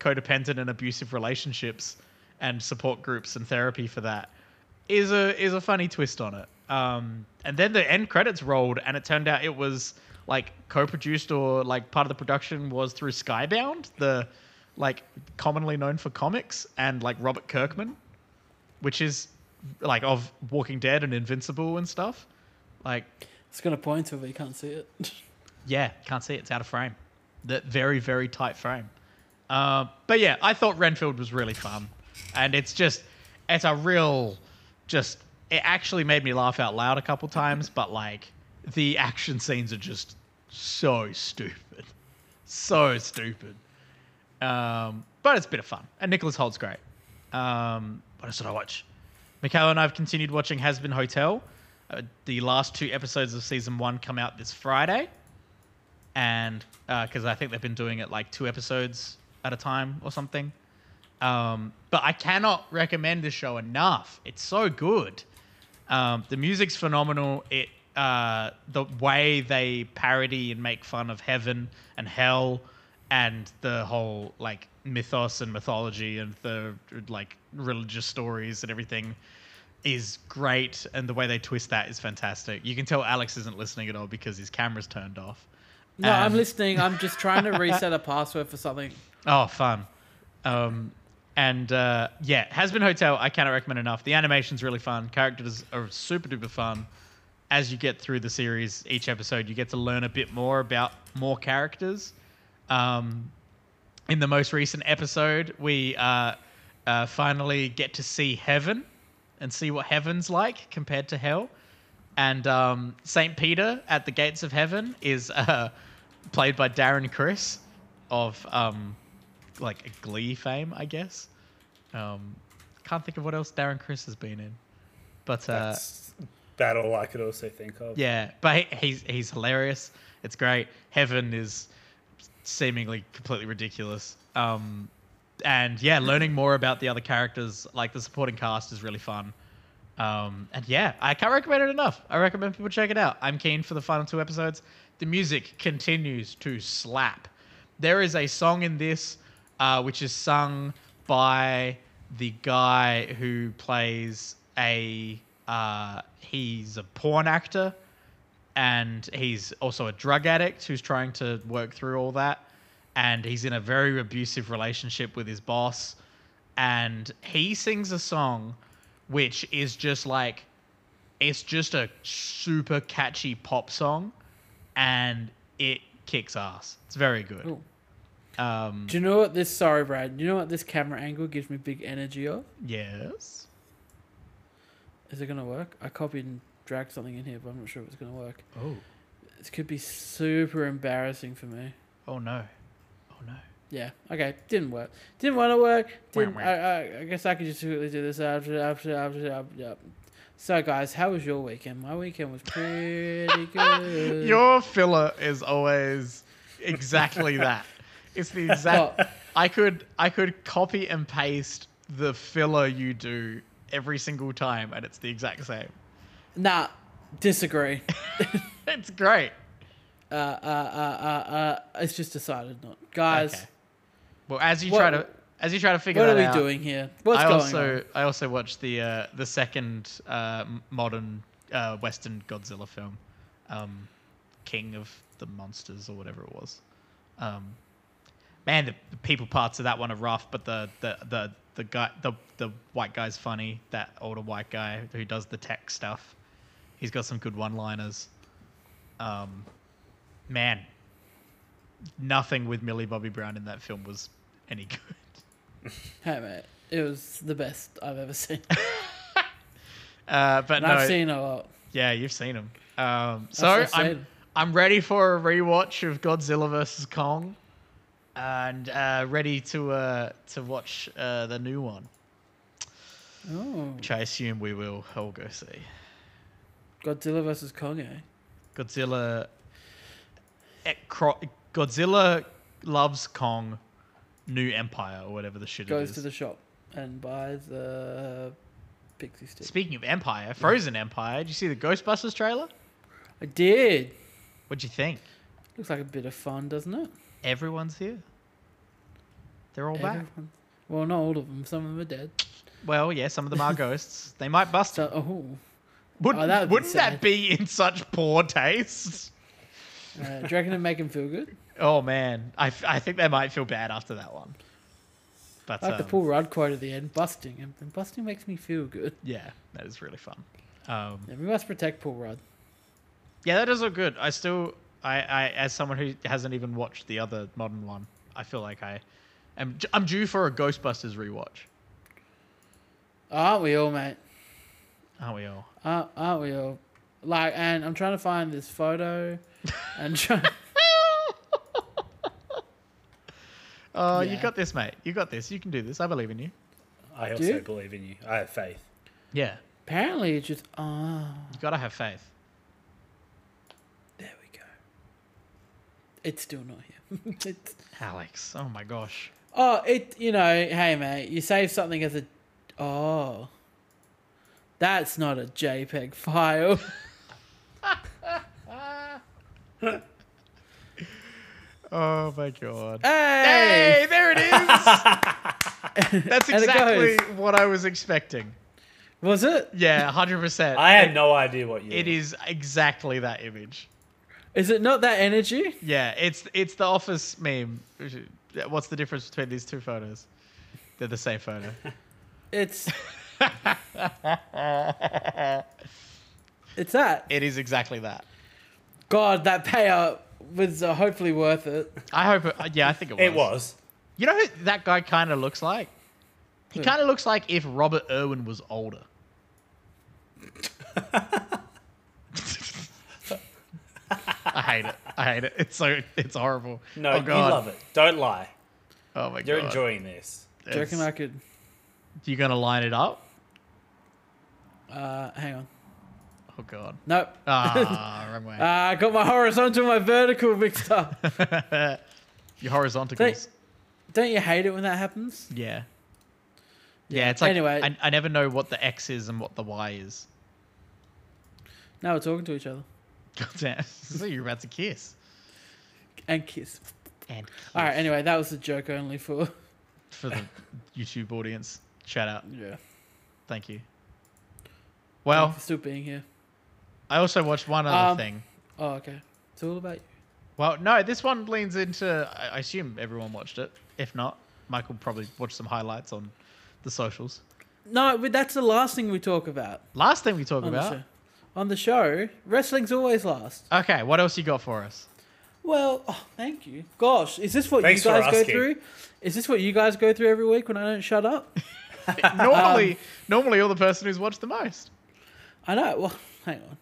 [SPEAKER 3] codependent and abusive relationships and support groups and therapy for that is a is a funny twist on it. Um, and then the end credits rolled, and it turned out it was like co-produced or like part of the production was through Skybound, the like commonly known for comics and like Robert Kirkman, which is like of Walking Dead and Invincible and stuff. Like,
[SPEAKER 1] It's gonna point to it, but you can't see it.
[SPEAKER 3] yeah, can't see it. It's out of frame. The very very tight frame. Uh, but yeah, I thought Renfield was really fun, and it's just it's a real just it actually made me laugh out loud a couple times. But like the action scenes are just so stupid, so stupid. Um, but it's a bit of fun, and Nicholas Holt's great. Um, what else did I watch? Michaela and I have continued watching Has Been Hotel. Uh, the last two episodes of season one come out this Friday, and because I think they've been doing it like two episodes at a time or something. Um, but I cannot recommend this show enough. It's so good. Um, the music's phenomenal. It uh, the way they parody and make fun of heaven and hell and the whole like mythos and mythology and the like religious stories and everything is great and the way they twist that is fantastic. You can tell Alex isn't listening at all because his camera's turned off.
[SPEAKER 1] No, I'm
[SPEAKER 3] Um,
[SPEAKER 1] listening. I'm just trying to reset a password for something.
[SPEAKER 3] Oh, fun. Um, and uh, yeah, Has Been Hotel, I cannot recommend enough. The animation's really fun. Characters are super duper fun. As you get through the series, each episode, you get to learn a bit more about more characters. Um, in the most recent episode, we uh, uh, finally get to see heaven and see what heaven's like compared to hell. And um, Saint Peter at the gates of heaven is uh, played by Darren Chris of um, like Glee fame, I guess. Um, can't think of what else Darren Chris has been in, but uh,
[SPEAKER 2] That's that all I could also think of.
[SPEAKER 3] yeah, but he, he's he's hilarious. It's great. Heaven is seemingly completely ridiculous. Um, and yeah, learning more about the other characters, like the supporting cast, is really fun. Um, and yeah, I can't recommend it enough. I recommend people check it out. I'm keen for the final two episodes. The music continues to slap. There is a song in this uh, which is sung by the guy who plays a. Uh, he's a porn actor and he's also a drug addict who's trying to work through all that and he's in a very abusive relationship with his boss and he sings a song which is just like it's just a super catchy pop song and it kicks ass it's very good
[SPEAKER 1] Cool.
[SPEAKER 3] um
[SPEAKER 1] Do you know what this? Sorry, Brad. Do you know what this camera angle gives me big energy of?
[SPEAKER 3] yes
[SPEAKER 1] Is it gonna work? I copied and dragged something in here, but I'm not sure if it's gonna work.
[SPEAKER 3] oh
[SPEAKER 1] This could be super embarrassing for me.
[SPEAKER 3] oh no oh no
[SPEAKER 1] Yeah. Okay. Didn't work. Didn't want to work. Didn't.
[SPEAKER 3] wah.
[SPEAKER 1] I, I, I guess I could just quickly do this after after after after. Yep. So guys, how was your weekend? My weekend was pretty good.
[SPEAKER 3] Your filler is always exactly that. It's the exact.
[SPEAKER 1] Well-
[SPEAKER 3] I could I could copy and paste the filler you do every single time, and it's the exact same.
[SPEAKER 1] Nah, disagree.
[SPEAKER 3] It's great.
[SPEAKER 1] uh, uh, uh, uh, uh, it's just decided not, guys.
[SPEAKER 3] Okay. Well, as you
[SPEAKER 1] What-
[SPEAKER 3] try to as you try to figure
[SPEAKER 1] What are
[SPEAKER 3] that
[SPEAKER 1] we
[SPEAKER 3] out,
[SPEAKER 1] doing here? What's
[SPEAKER 3] I
[SPEAKER 1] going
[SPEAKER 3] also
[SPEAKER 1] on?
[SPEAKER 3] I also watched the uh, the second uh, m- modern uh, Western Godzilla film, um, King of the Monsters or whatever it was. Um, man, the, the people parts of that one are rough, but the the the the guy the the white guy's funny. That older white guy who does the tech stuff, he's got some good one-liners. Um, man, nothing with Millie Bobby Brown in that film was any good.
[SPEAKER 1] Hey mate, it was the best I've ever seen,
[SPEAKER 3] Uh, but
[SPEAKER 1] and
[SPEAKER 3] no,
[SPEAKER 1] I've seen a lot.
[SPEAKER 3] yeah, you've seen him. Um, so
[SPEAKER 1] what I
[SPEAKER 3] I'm
[SPEAKER 1] said.
[SPEAKER 3] I'm ready for a rewatch of Godzilla vs Kong, and uh, ready to uh, to watch uh, the new one,
[SPEAKER 1] Oh,
[SPEAKER 3] which I assume we will all go see.
[SPEAKER 1] Godzilla versus Kong. eh?
[SPEAKER 3] Godzilla. eh, Cro- Godzilla loves Kong, New Empire or whatever the shit it
[SPEAKER 1] Goes
[SPEAKER 3] is.
[SPEAKER 1] to the shop and buys a pixie stick.
[SPEAKER 3] Speaking of Empire, Frozen Empire. Did you see the Ghostbusters trailer?
[SPEAKER 1] I did.
[SPEAKER 3] What'd you think?
[SPEAKER 1] Looks like a bit of fun, doesn't it?
[SPEAKER 3] Everyone's here. They're all back.
[SPEAKER 1] Everyone- Well, not all of them. Some of them are dead.
[SPEAKER 3] Well, yeah, some of them are ghosts. They might bust
[SPEAKER 1] So,
[SPEAKER 3] it.
[SPEAKER 1] oh,
[SPEAKER 3] Wouldn't,
[SPEAKER 1] oh, that would be
[SPEAKER 3] wouldn't
[SPEAKER 1] sad.
[SPEAKER 3] that be in such poor taste?
[SPEAKER 1] uh, do you reckon it make him feel good?
[SPEAKER 3] Oh man, I, f- I think they might feel bad after that one. But
[SPEAKER 1] I like the
[SPEAKER 3] um,
[SPEAKER 1] Paul Rudd quote at the end, busting, and, and busting makes me feel good.
[SPEAKER 3] yeah, that is really fun. Um,
[SPEAKER 1] Yeah, we must protect Paul Rudd.
[SPEAKER 3] Yeah, that does look good. I still, I, I, as someone who hasn't even watched the other modern one, I feel like I, am, I'm due for a Ghostbusters rewatch.
[SPEAKER 1] Aren't we all, mate?
[SPEAKER 3] Aren't we all?
[SPEAKER 1] Aren't, aren't we all? Like, and I'm trying to find this photo, and try-
[SPEAKER 3] Oh, you
[SPEAKER 1] Yeah.
[SPEAKER 3] got this, mate. You got this. You can do this. I believe in you.
[SPEAKER 2] I also
[SPEAKER 1] you?
[SPEAKER 2] believe in you. I have faith.
[SPEAKER 3] Yeah,
[SPEAKER 1] apparently it's just ah,
[SPEAKER 3] you gotta have faith.
[SPEAKER 1] there we go. It's still not here. it's,
[SPEAKER 3] Alex, oh my gosh.
[SPEAKER 1] oh, it you know, hey mate, you save something as a oh, that's not a JPEG file.
[SPEAKER 3] Oh my god.
[SPEAKER 1] Hey,
[SPEAKER 3] Hey, there it is. That's
[SPEAKER 1] And it
[SPEAKER 3] exactly what I was expecting.
[SPEAKER 1] was it?
[SPEAKER 3] Yeah, hundred percent.
[SPEAKER 2] I had no idea what you.
[SPEAKER 3] It is exactly that image.
[SPEAKER 1] Is it not that energy?
[SPEAKER 3] Yeah, it's it's the office meme. What's the difference between these two photos? They're the same photo.
[SPEAKER 1] It's it's that.
[SPEAKER 3] it is exactly that.
[SPEAKER 1] God, that payout was uh, hopefully worth it.
[SPEAKER 3] I hope. It, yeah, I think it was.
[SPEAKER 2] It was.
[SPEAKER 3] You know who that guy kind of looks like? He
[SPEAKER 1] Who?
[SPEAKER 3] kind of looks like if Robert Irwin was older. I hate it. I hate it. It's so it's horrible.
[SPEAKER 2] No,
[SPEAKER 3] oh,
[SPEAKER 2] you love it. Don't lie.
[SPEAKER 3] Oh my
[SPEAKER 2] You're
[SPEAKER 3] god.
[SPEAKER 2] enjoying this.
[SPEAKER 1] Do you reckon I
[SPEAKER 3] It's-
[SPEAKER 1] could?
[SPEAKER 3] You gonna line it up?
[SPEAKER 1] Uh, hang on.
[SPEAKER 3] Oh god.
[SPEAKER 1] Nope.
[SPEAKER 3] Ah, wrong way.
[SPEAKER 1] Uh, I got my horizontal, and my vertical mixed up.
[SPEAKER 3] Your horizontals.
[SPEAKER 1] Don't you hate it when that happens?
[SPEAKER 3] Yeah. Yeah, it's like
[SPEAKER 1] Anyway.
[SPEAKER 3] I, I never know what the X is and what the Y is.
[SPEAKER 1] Now we're talking to each other
[SPEAKER 3] God damn. so you're about to kiss.
[SPEAKER 1] and kiss.
[SPEAKER 3] And
[SPEAKER 1] All right. Anyway, that was a joke only for.
[SPEAKER 3] for the YouTube audience. Shout out.
[SPEAKER 1] Yeah.
[SPEAKER 3] Thank you.
[SPEAKER 1] Well,
[SPEAKER 3] Well,
[SPEAKER 1] for still being here.
[SPEAKER 3] I also watched one other
[SPEAKER 1] Um,
[SPEAKER 3] thing.
[SPEAKER 1] Oh, okay. It's all about you.
[SPEAKER 3] Well, no, this one leans into I I assume everyone watched it. If not, Michael probably watched some highlights on the socials.
[SPEAKER 1] No, but that's the last thing we talk about
[SPEAKER 3] Last thing we talk
[SPEAKER 1] on
[SPEAKER 3] about.
[SPEAKER 1] the show. On the show, wrestling's always last.
[SPEAKER 3] Okay, what else you got for us?
[SPEAKER 1] Well, oh, thank you. Gosh, is this what
[SPEAKER 2] Thanks
[SPEAKER 1] you
[SPEAKER 2] for
[SPEAKER 1] guys go
[SPEAKER 2] asking.
[SPEAKER 1] through? Is this what you guys go through every week when I don't shut up?
[SPEAKER 3] Normally,
[SPEAKER 1] Um,
[SPEAKER 3] normally you're the person who's watched the most.
[SPEAKER 1] I know. Well, hang on,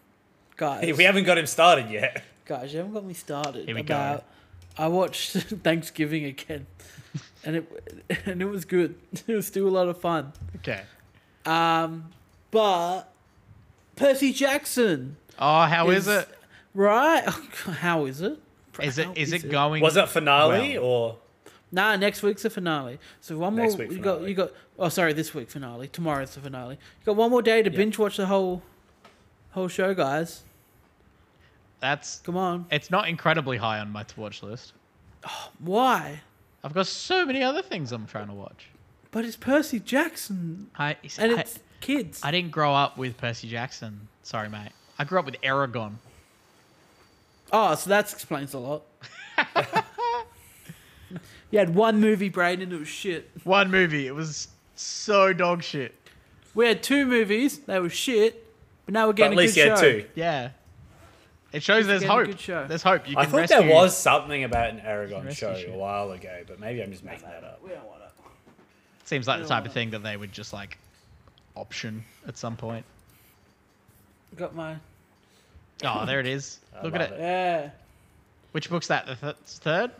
[SPEAKER 1] guys.
[SPEAKER 2] Hey, we haven't got him started yet.
[SPEAKER 1] guys, you haven't got me started.
[SPEAKER 3] Here we go.
[SPEAKER 1] about, I watched Thanksgiving again, and it and it was good. It was still a lot of fun.
[SPEAKER 3] Okay.
[SPEAKER 1] Um, but Percy Jackson,
[SPEAKER 3] Oh, how is,
[SPEAKER 1] Is-
[SPEAKER 3] it?
[SPEAKER 1] right? Oh, How is it?
[SPEAKER 3] Is it
[SPEAKER 1] How
[SPEAKER 3] is it going?
[SPEAKER 2] Was it finale
[SPEAKER 3] Well.
[SPEAKER 2] or?
[SPEAKER 1] Nah, next week's the finale. So one
[SPEAKER 2] Next
[SPEAKER 1] more.
[SPEAKER 2] week
[SPEAKER 1] You got
[SPEAKER 2] finale.
[SPEAKER 1] you got. Oh, sorry, this week finale. Tomorrow's the finale. You got one more day to binge watch the whole, whole show, guys.
[SPEAKER 3] That's
[SPEAKER 1] Come on.
[SPEAKER 3] it's not incredibly high on my to watch list.
[SPEAKER 1] Why?
[SPEAKER 3] I've got so many other things I'm trying to watch.
[SPEAKER 1] But it's Percy Jackson,
[SPEAKER 3] I
[SPEAKER 1] and
[SPEAKER 3] I,
[SPEAKER 1] it's kids.
[SPEAKER 3] I didn't grow up with Percy Jackson. Sorry, mate. I grew up with Aragon.
[SPEAKER 1] Oh, so that explains a lot. you had one movie, Braden, and it was shit.
[SPEAKER 3] One movie. It was so dog shit.
[SPEAKER 1] We had two movies, they were shit, but now we're
[SPEAKER 2] But
[SPEAKER 1] getting
[SPEAKER 2] at
[SPEAKER 1] a
[SPEAKER 2] least
[SPEAKER 1] good
[SPEAKER 2] you had
[SPEAKER 1] show.
[SPEAKER 2] two.
[SPEAKER 3] Yeah. It shows there's
[SPEAKER 1] getting a
[SPEAKER 3] hope.
[SPEAKER 1] good show.
[SPEAKER 3] There's hope. You
[SPEAKER 2] I
[SPEAKER 3] can
[SPEAKER 2] thought
[SPEAKER 3] rescue.
[SPEAKER 2] there was something about an Aragon
[SPEAKER 3] Rescue
[SPEAKER 2] show
[SPEAKER 3] ship.
[SPEAKER 2] a while ago, but maybe I'm just making that up.
[SPEAKER 1] We don't want it.
[SPEAKER 3] Seems like the type of thing that they would just like option at some point.
[SPEAKER 1] Got my
[SPEAKER 3] Oh, there it is. Look at
[SPEAKER 2] love
[SPEAKER 3] it.
[SPEAKER 2] it.
[SPEAKER 1] Yeah.
[SPEAKER 3] Which book's that? The th- third?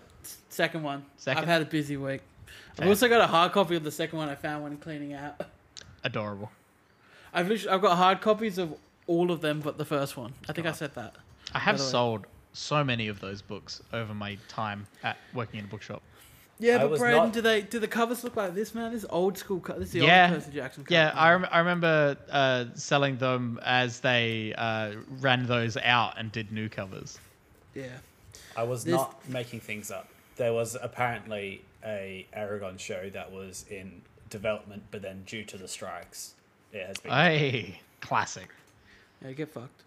[SPEAKER 1] Second one.
[SPEAKER 3] Second?
[SPEAKER 1] I've had a busy week.
[SPEAKER 3] Fair.
[SPEAKER 1] I've also got a hard copy of the second one I found when cleaning out.
[SPEAKER 3] Adorable.
[SPEAKER 1] I've literally, I've got hard copies of all of them but the first one. I think I said that.
[SPEAKER 3] I have
[SPEAKER 1] the way.
[SPEAKER 3] sold so many of those books over my time at working in a bookshop.
[SPEAKER 1] Yeah,
[SPEAKER 2] I
[SPEAKER 1] but
[SPEAKER 2] was
[SPEAKER 1] Braden,
[SPEAKER 2] not-
[SPEAKER 1] do they do the covers look like this, man? This is old school. Co- this is the
[SPEAKER 3] Yeah.
[SPEAKER 1] old Percy Jackson. Cover.
[SPEAKER 3] Yeah, I, rem- I remember uh, selling them as they uh, ran those out and did new covers.
[SPEAKER 1] yeah.
[SPEAKER 2] I was
[SPEAKER 1] This-
[SPEAKER 2] not making things up. There was apparently a Aragon show that was in development, but then due to the strikes, it has been. I,
[SPEAKER 3] Hey, classic.
[SPEAKER 1] Yeah, get fucked.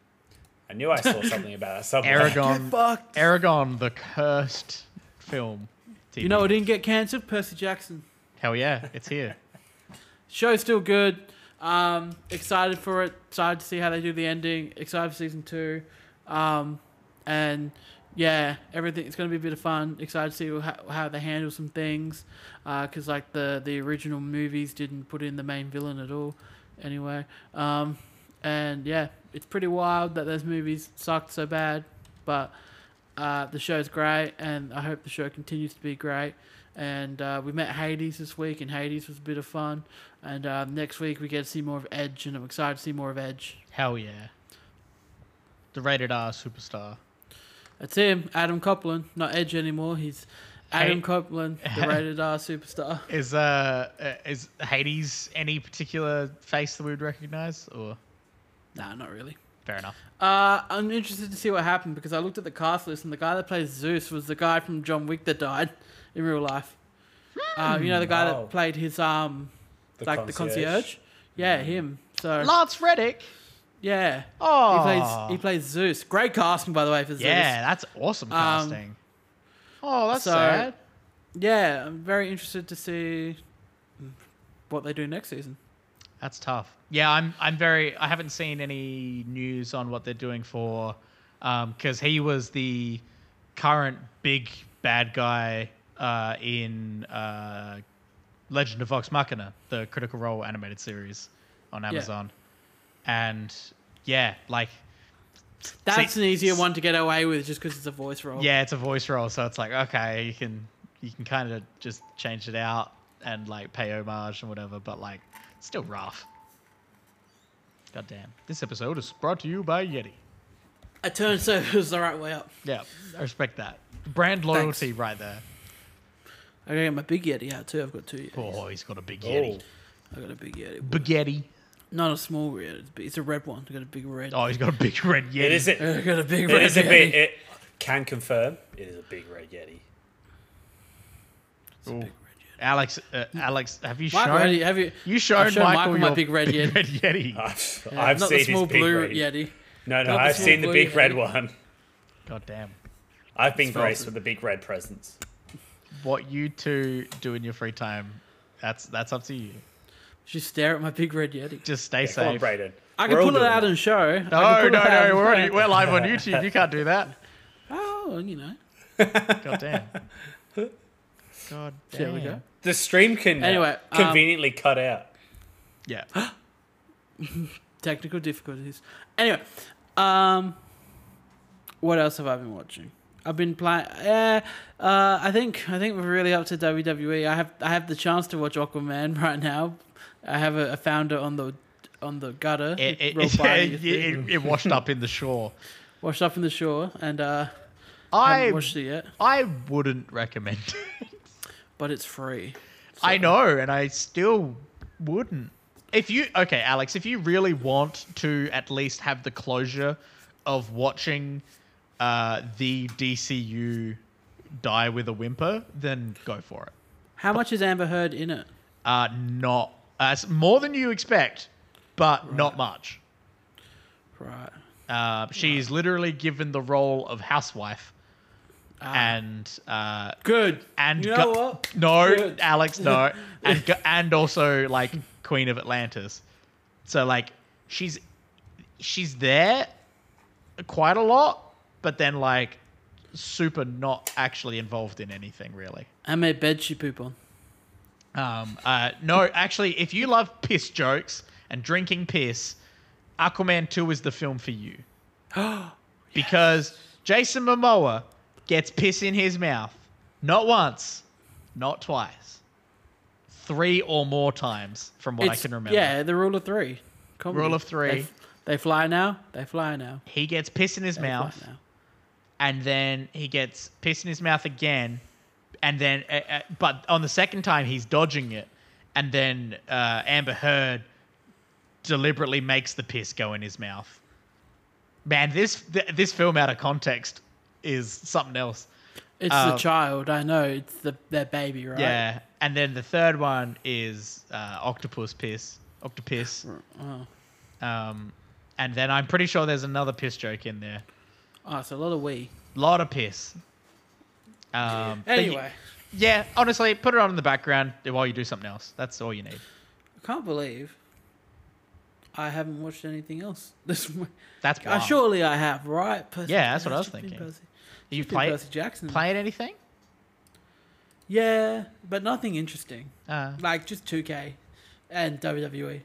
[SPEAKER 2] knew I saw something about it somewhere.
[SPEAKER 3] Aragon,
[SPEAKER 1] fucked.
[SPEAKER 3] Aragon, the cursed film. TV.
[SPEAKER 1] You know, it didn't get cancelled. Percy Jackson
[SPEAKER 3] Hell yeah, it's here.
[SPEAKER 1] show's still good. Um, excited for it. Excited to see how they do the ending. Excited for season two. Um, and yeah, everything. It's gonna be a bit of fun. Excited to see how, how they handle some things. Because like the the original movies didn't put in the main villain at all. Anyway, um, and yeah, it's pretty wild that those movies sucked so bad, but. Uh, the show's great, and I hope the show continues to be great. And uh, we met Hades this week, and Hades was a bit of fun. And uh, next week we get to see more of Edge, and I'm excited to see more of Edge.
[SPEAKER 3] Hell yeah. The rated R superstar.
[SPEAKER 1] That's him, Adam Copeland, not Edge anymore. He's Adam
[SPEAKER 3] Hey.
[SPEAKER 1] Copeland, the rated R superstar.
[SPEAKER 3] Is uh uh, is Hades any particular face that we would recognize? Or
[SPEAKER 1] Nah, not really.
[SPEAKER 3] fair enough.
[SPEAKER 1] Uh, I'm interested to see what happened because I looked at the cast list, and the guy that plays Zeus was the guy from John Wick that died in real life. Uh, you know the guy
[SPEAKER 2] Wow.
[SPEAKER 1] that played his um, like the concierge. Yeah, him. So
[SPEAKER 3] Lance Reddick.
[SPEAKER 1] yeah,
[SPEAKER 3] Oh,
[SPEAKER 1] he plays he plays Zeus. Great casting by the way for Zeus.
[SPEAKER 3] yeah, that's awesome casting. oh, that's
[SPEAKER 1] Um, so-
[SPEAKER 3] sad.
[SPEAKER 1] Yeah, I'm very interested to see what they do next season.
[SPEAKER 3] That's tough. Yeah, I'm. I'm very. I haven't seen any news on what they're doing for, because he was the current big bad guy uh, in uh, Legend of Vox Machina, the Critical Role animated series on Amazon, and yeah, like
[SPEAKER 1] That's
[SPEAKER 3] See-
[SPEAKER 1] an easier one to get away with just because it's a voice role.
[SPEAKER 3] yeah, it's a voice role, so it's like okay, you can you can kind of just change it out and like pay homage and whatever, but like it's still rough. God damn. This episode is brought to you by Yeti.
[SPEAKER 1] A turn server is the right way up.
[SPEAKER 3] Yeah, I respect that. Brand loyalty right there.
[SPEAKER 1] I gotta get my big Yeti out too. I've got two Yetis.
[SPEAKER 3] Oh, he's got a big
[SPEAKER 2] Oh,
[SPEAKER 3] Yeti.
[SPEAKER 1] I got a big Yeti.
[SPEAKER 3] Bagetti.
[SPEAKER 1] Not a small Yeti, it's big- it's a red one. I got a big red.
[SPEAKER 3] Oh, he's got a big red Yeti.
[SPEAKER 2] it is it.
[SPEAKER 1] I got a big
[SPEAKER 2] It
[SPEAKER 1] red
[SPEAKER 2] is a
[SPEAKER 1] Yeti.
[SPEAKER 2] big. It can confirm. It is a big red Yeti.
[SPEAKER 1] It's a big red Yeti.
[SPEAKER 3] Alex, uh, Alex, have you
[SPEAKER 1] Michael,
[SPEAKER 3] shown?
[SPEAKER 1] have you- have you?
[SPEAKER 3] You showed
[SPEAKER 1] I've shown
[SPEAKER 3] Michael,
[SPEAKER 1] Michael my
[SPEAKER 3] your
[SPEAKER 1] big red Yeti.
[SPEAKER 3] Yeti.
[SPEAKER 2] I've,
[SPEAKER 1] Yeah,
[SPEAKER 2] I've
[SPEAKER 1] not
[SPEAKER 2] seen
[SPEAKER 1] the small
[SPEAKER 2] his big
[SPEAKER 1] blue
[SPEAKER 2] red.
[SPEAKER 1] Yeti.
[SPEAKER 2] No, no,
[SPEAKER 1] not the
[SPEAKER 2] I've
[SPEAKER 1] small
[SPEAKER 2] seen the
[SPEAKER 1] blue
[SPEAKER 2] big red
[SPEAKER 1] Yeti.
[SPEAKER 2] one.
[SPEAKER 3] God damn.
[SPEAKER 2] I've been
[SPEAKER 1] Smells
[SPEAKER 2] graced
[SPEAKER 1] it.
[SPEAKER 2] with the big red presents.
[SPEAKER 3] What you two do in your free time? That's that's up to you.
[SPEAKER 1] Just stare at my big red Yeti.
[SPEAKER 3] Just stay
[SPEAKER 2] Yeah,
[SPEAKER 3] safe.
[SPEAKER 2] come on, Brayden.
[SPEAKER 1] I can
[SPEAKER 2] We're all
[SPEAKER 1] pull it
[SPEAKER 2] doing
[SPEAKER 1] out
[SPEAKER 2] it.
[SPEAKER 1] and show. No,
[SPEAKER 3] No, no, no. We're, already, we're live on YouTube. You can't do that.
[SPEAKER 1] Oh, you know.
[SPEAKER 3] God damn. God damn.
[SPEAKER 1] There we go.
[SPEAKER 2] The stream can now
[SPEAKER 1] Anyway, um,
[SPEAKER 2] conveniently cut out.
[SPEAKER 3] Yeah.
[SPEAKER 1] Technical difficulties. Anyway, um, what else have I been watching? I've been playing. Yeah, uh, I think I think we're really up to WWE. I have I have the chance to watch Aquaman right now. I have a, a founder on the on the gutter.
[SPEAKER 3] It, it,
[SPEAKER 1] rolled
[SPEAKER 3] it,
[SPEAKER 1] by
[SPEAKER 3] it,
[SPEAKER 1] the thing,
[SPEAKER 3] it- it washed up in the shore.
[SPEAKER 1] washed up in the shore, and uh, I
[SPEAKER 3] I
[SPEAKER 1] haven't watched it yet.
[SPEAKER 3] I wouldn't recommend. it.
[SPEAKER 1] But it's free.
[SPEAKER 3] I know, and I still wouldn't. If you okay, Alex, if you really want to at least have the closure of watching uh, the DCU die with a whimper, then go for it.
[SPEAKER 1] How much is Amber Heard in it?
[SPEAKER 3] Uh, not uh, it's more than you expect, but not much.
[SPEAKER 1] Right.
[SPEAKER 3] Uh, she is literally given the role of housewife, and uh,
[SPEAKER 1] Good.
[SPEAKER 3] and
[SPEAKER 1] Ah. You know
[SPEAKER 3] go-
[SPEAKER 1] what?
[SPEAKER 3] no,
[SPEAKER 1] Good.
[SPEAKER 3] Alex, no, and go- and also like Queen of Atlantis. So like she's she's there quite a lot, but then like super not actually involved in anything really.
[SPEAKER 1] How many beds she poop on?
[SPEAKER 3] Um, uh, no, actually, if you love piss jokes and drinking piss, Aquaman Two is the film for you. because Jason Momoa gets piss in his mouth not once, not twice, three or more times from what I
[SPEAKER 1] It's-
[SPEAKER 3] can remember.
[SPEAKER 1] Yeah, the rule of three. Comedy.
[SPEAKER 3] Rule of three.
[SPEAKER 1] They, f- they fly now. They fly now.
[SPEAKER 3] He gets piss in his
[SPEAKER 1] They fly
[SPEAKER 3] mouth.
[SPEAKER 1] now.
[SPEAKER 3] and then he gets pissed in his mouth again, and then uh, uh, but on the second time he's dodging it, and then uh, Amber Heard deliberately makes the piss go in his mouth. Man, this th- this film out of context is something else.
[SPEAKER 1] It's
[SPEAKER 3] Um,
[SPEAKER 1] the child. I know. It's the their baby, right?
[SPEAKER 3] Yeah, and then the third one is uh, octopus piss, octopus,
[SPEAKER 1] Oh.
[SPEAKER 3] um, and then I'm pretty sure there's another piss joke in there.
[SPEAKER 1] oh, it's a lot of we.
[SPEAKER 3] Lot of piss. Um, but you-
[SPEAKER 1] Anyway,
[SPEAKER 3] Yeah, honestly, put it on in the background while you do something else. That's all you need.
[SPEAKER 1] I can't believe I haven't watched anything else this week.
[SPEAKER 3] That's
[SPEAKER 1] Uh,
[SPEAKER 3] wild.
[SPEAKER 1] surely I have, right? Percy-
[SPEAKER 3] Yeah, that's what I was
[SPEAKER 1] You've been
[SPEAKER 3] thinking.
[SPEAKER 1] Percy,
[SPEAKER 3] You
[SPEAKER 1] you've been
[SPEAKER 3] play
[SPEAKER 1] Percy Jackson.
[SPEAKER 3] played anything?
[SPEAKER 1] Yeah, but nothing interesting.
[SPEAKER 3] Uh,
[SPEAKER 1] Like just 2K and WWE.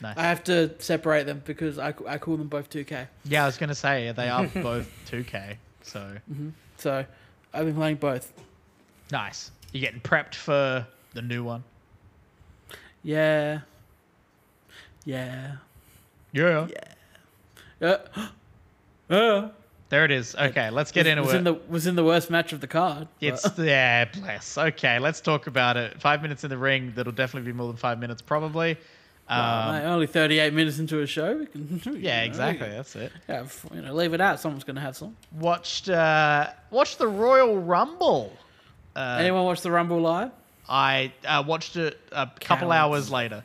[SPEAKER 3] nice.
[SPEAKER 1] I have to separate them because I, I call them both 2K.
[SPEAKER 3] yeah, I was gonna say they are both 2K. So
[SPEAKER 1] So I've been playing both.
[SPEAKER 3] nice. You're getting prepped for the new one.
[SPEAKER 1] Yeah. Yeah.
[SPEAKER 3] Yeah.
[SPEAKER 1] Uh, uh,
[SPEAKER 3] There it is. Okay, let's get
[SPEAKER 1] was,
[SPEAKER 3] into
[SPEAKER 1] was
[SPEAKER 3] it.
[SPEAKER 1] in the was in the worst match of the card. but-
[SPEAKER 3] it's yeah, bless. Okay, let's talk about it. Five minutes in the ring. That'll definitely be more than five minutes, probably.
[SPEAKER 1] Well,
[SPEAKER 3] Um,
[SPEAKER 1] mate, only 38 minutes into a show. We can, you know,
[SPEAKER 3] yeah,
[SPEAKER 1] we
[SPEAKER 3] exactly.
[SPEAKER 1] can
[SPEAKER 3] That's it.
[SPEAKER 1] Have, you know, leave it out. Someone's going to have some.
[SPEAKER 3] Watched uh, watched the Royal Rumble. Uh,
[SPEAKER 1] Anyone watch the Rumble live?
[SPEAKER 3] I uh, watched it a couple
[SPEAKER 1] Cowards.
[SPEAKER 3] hours later.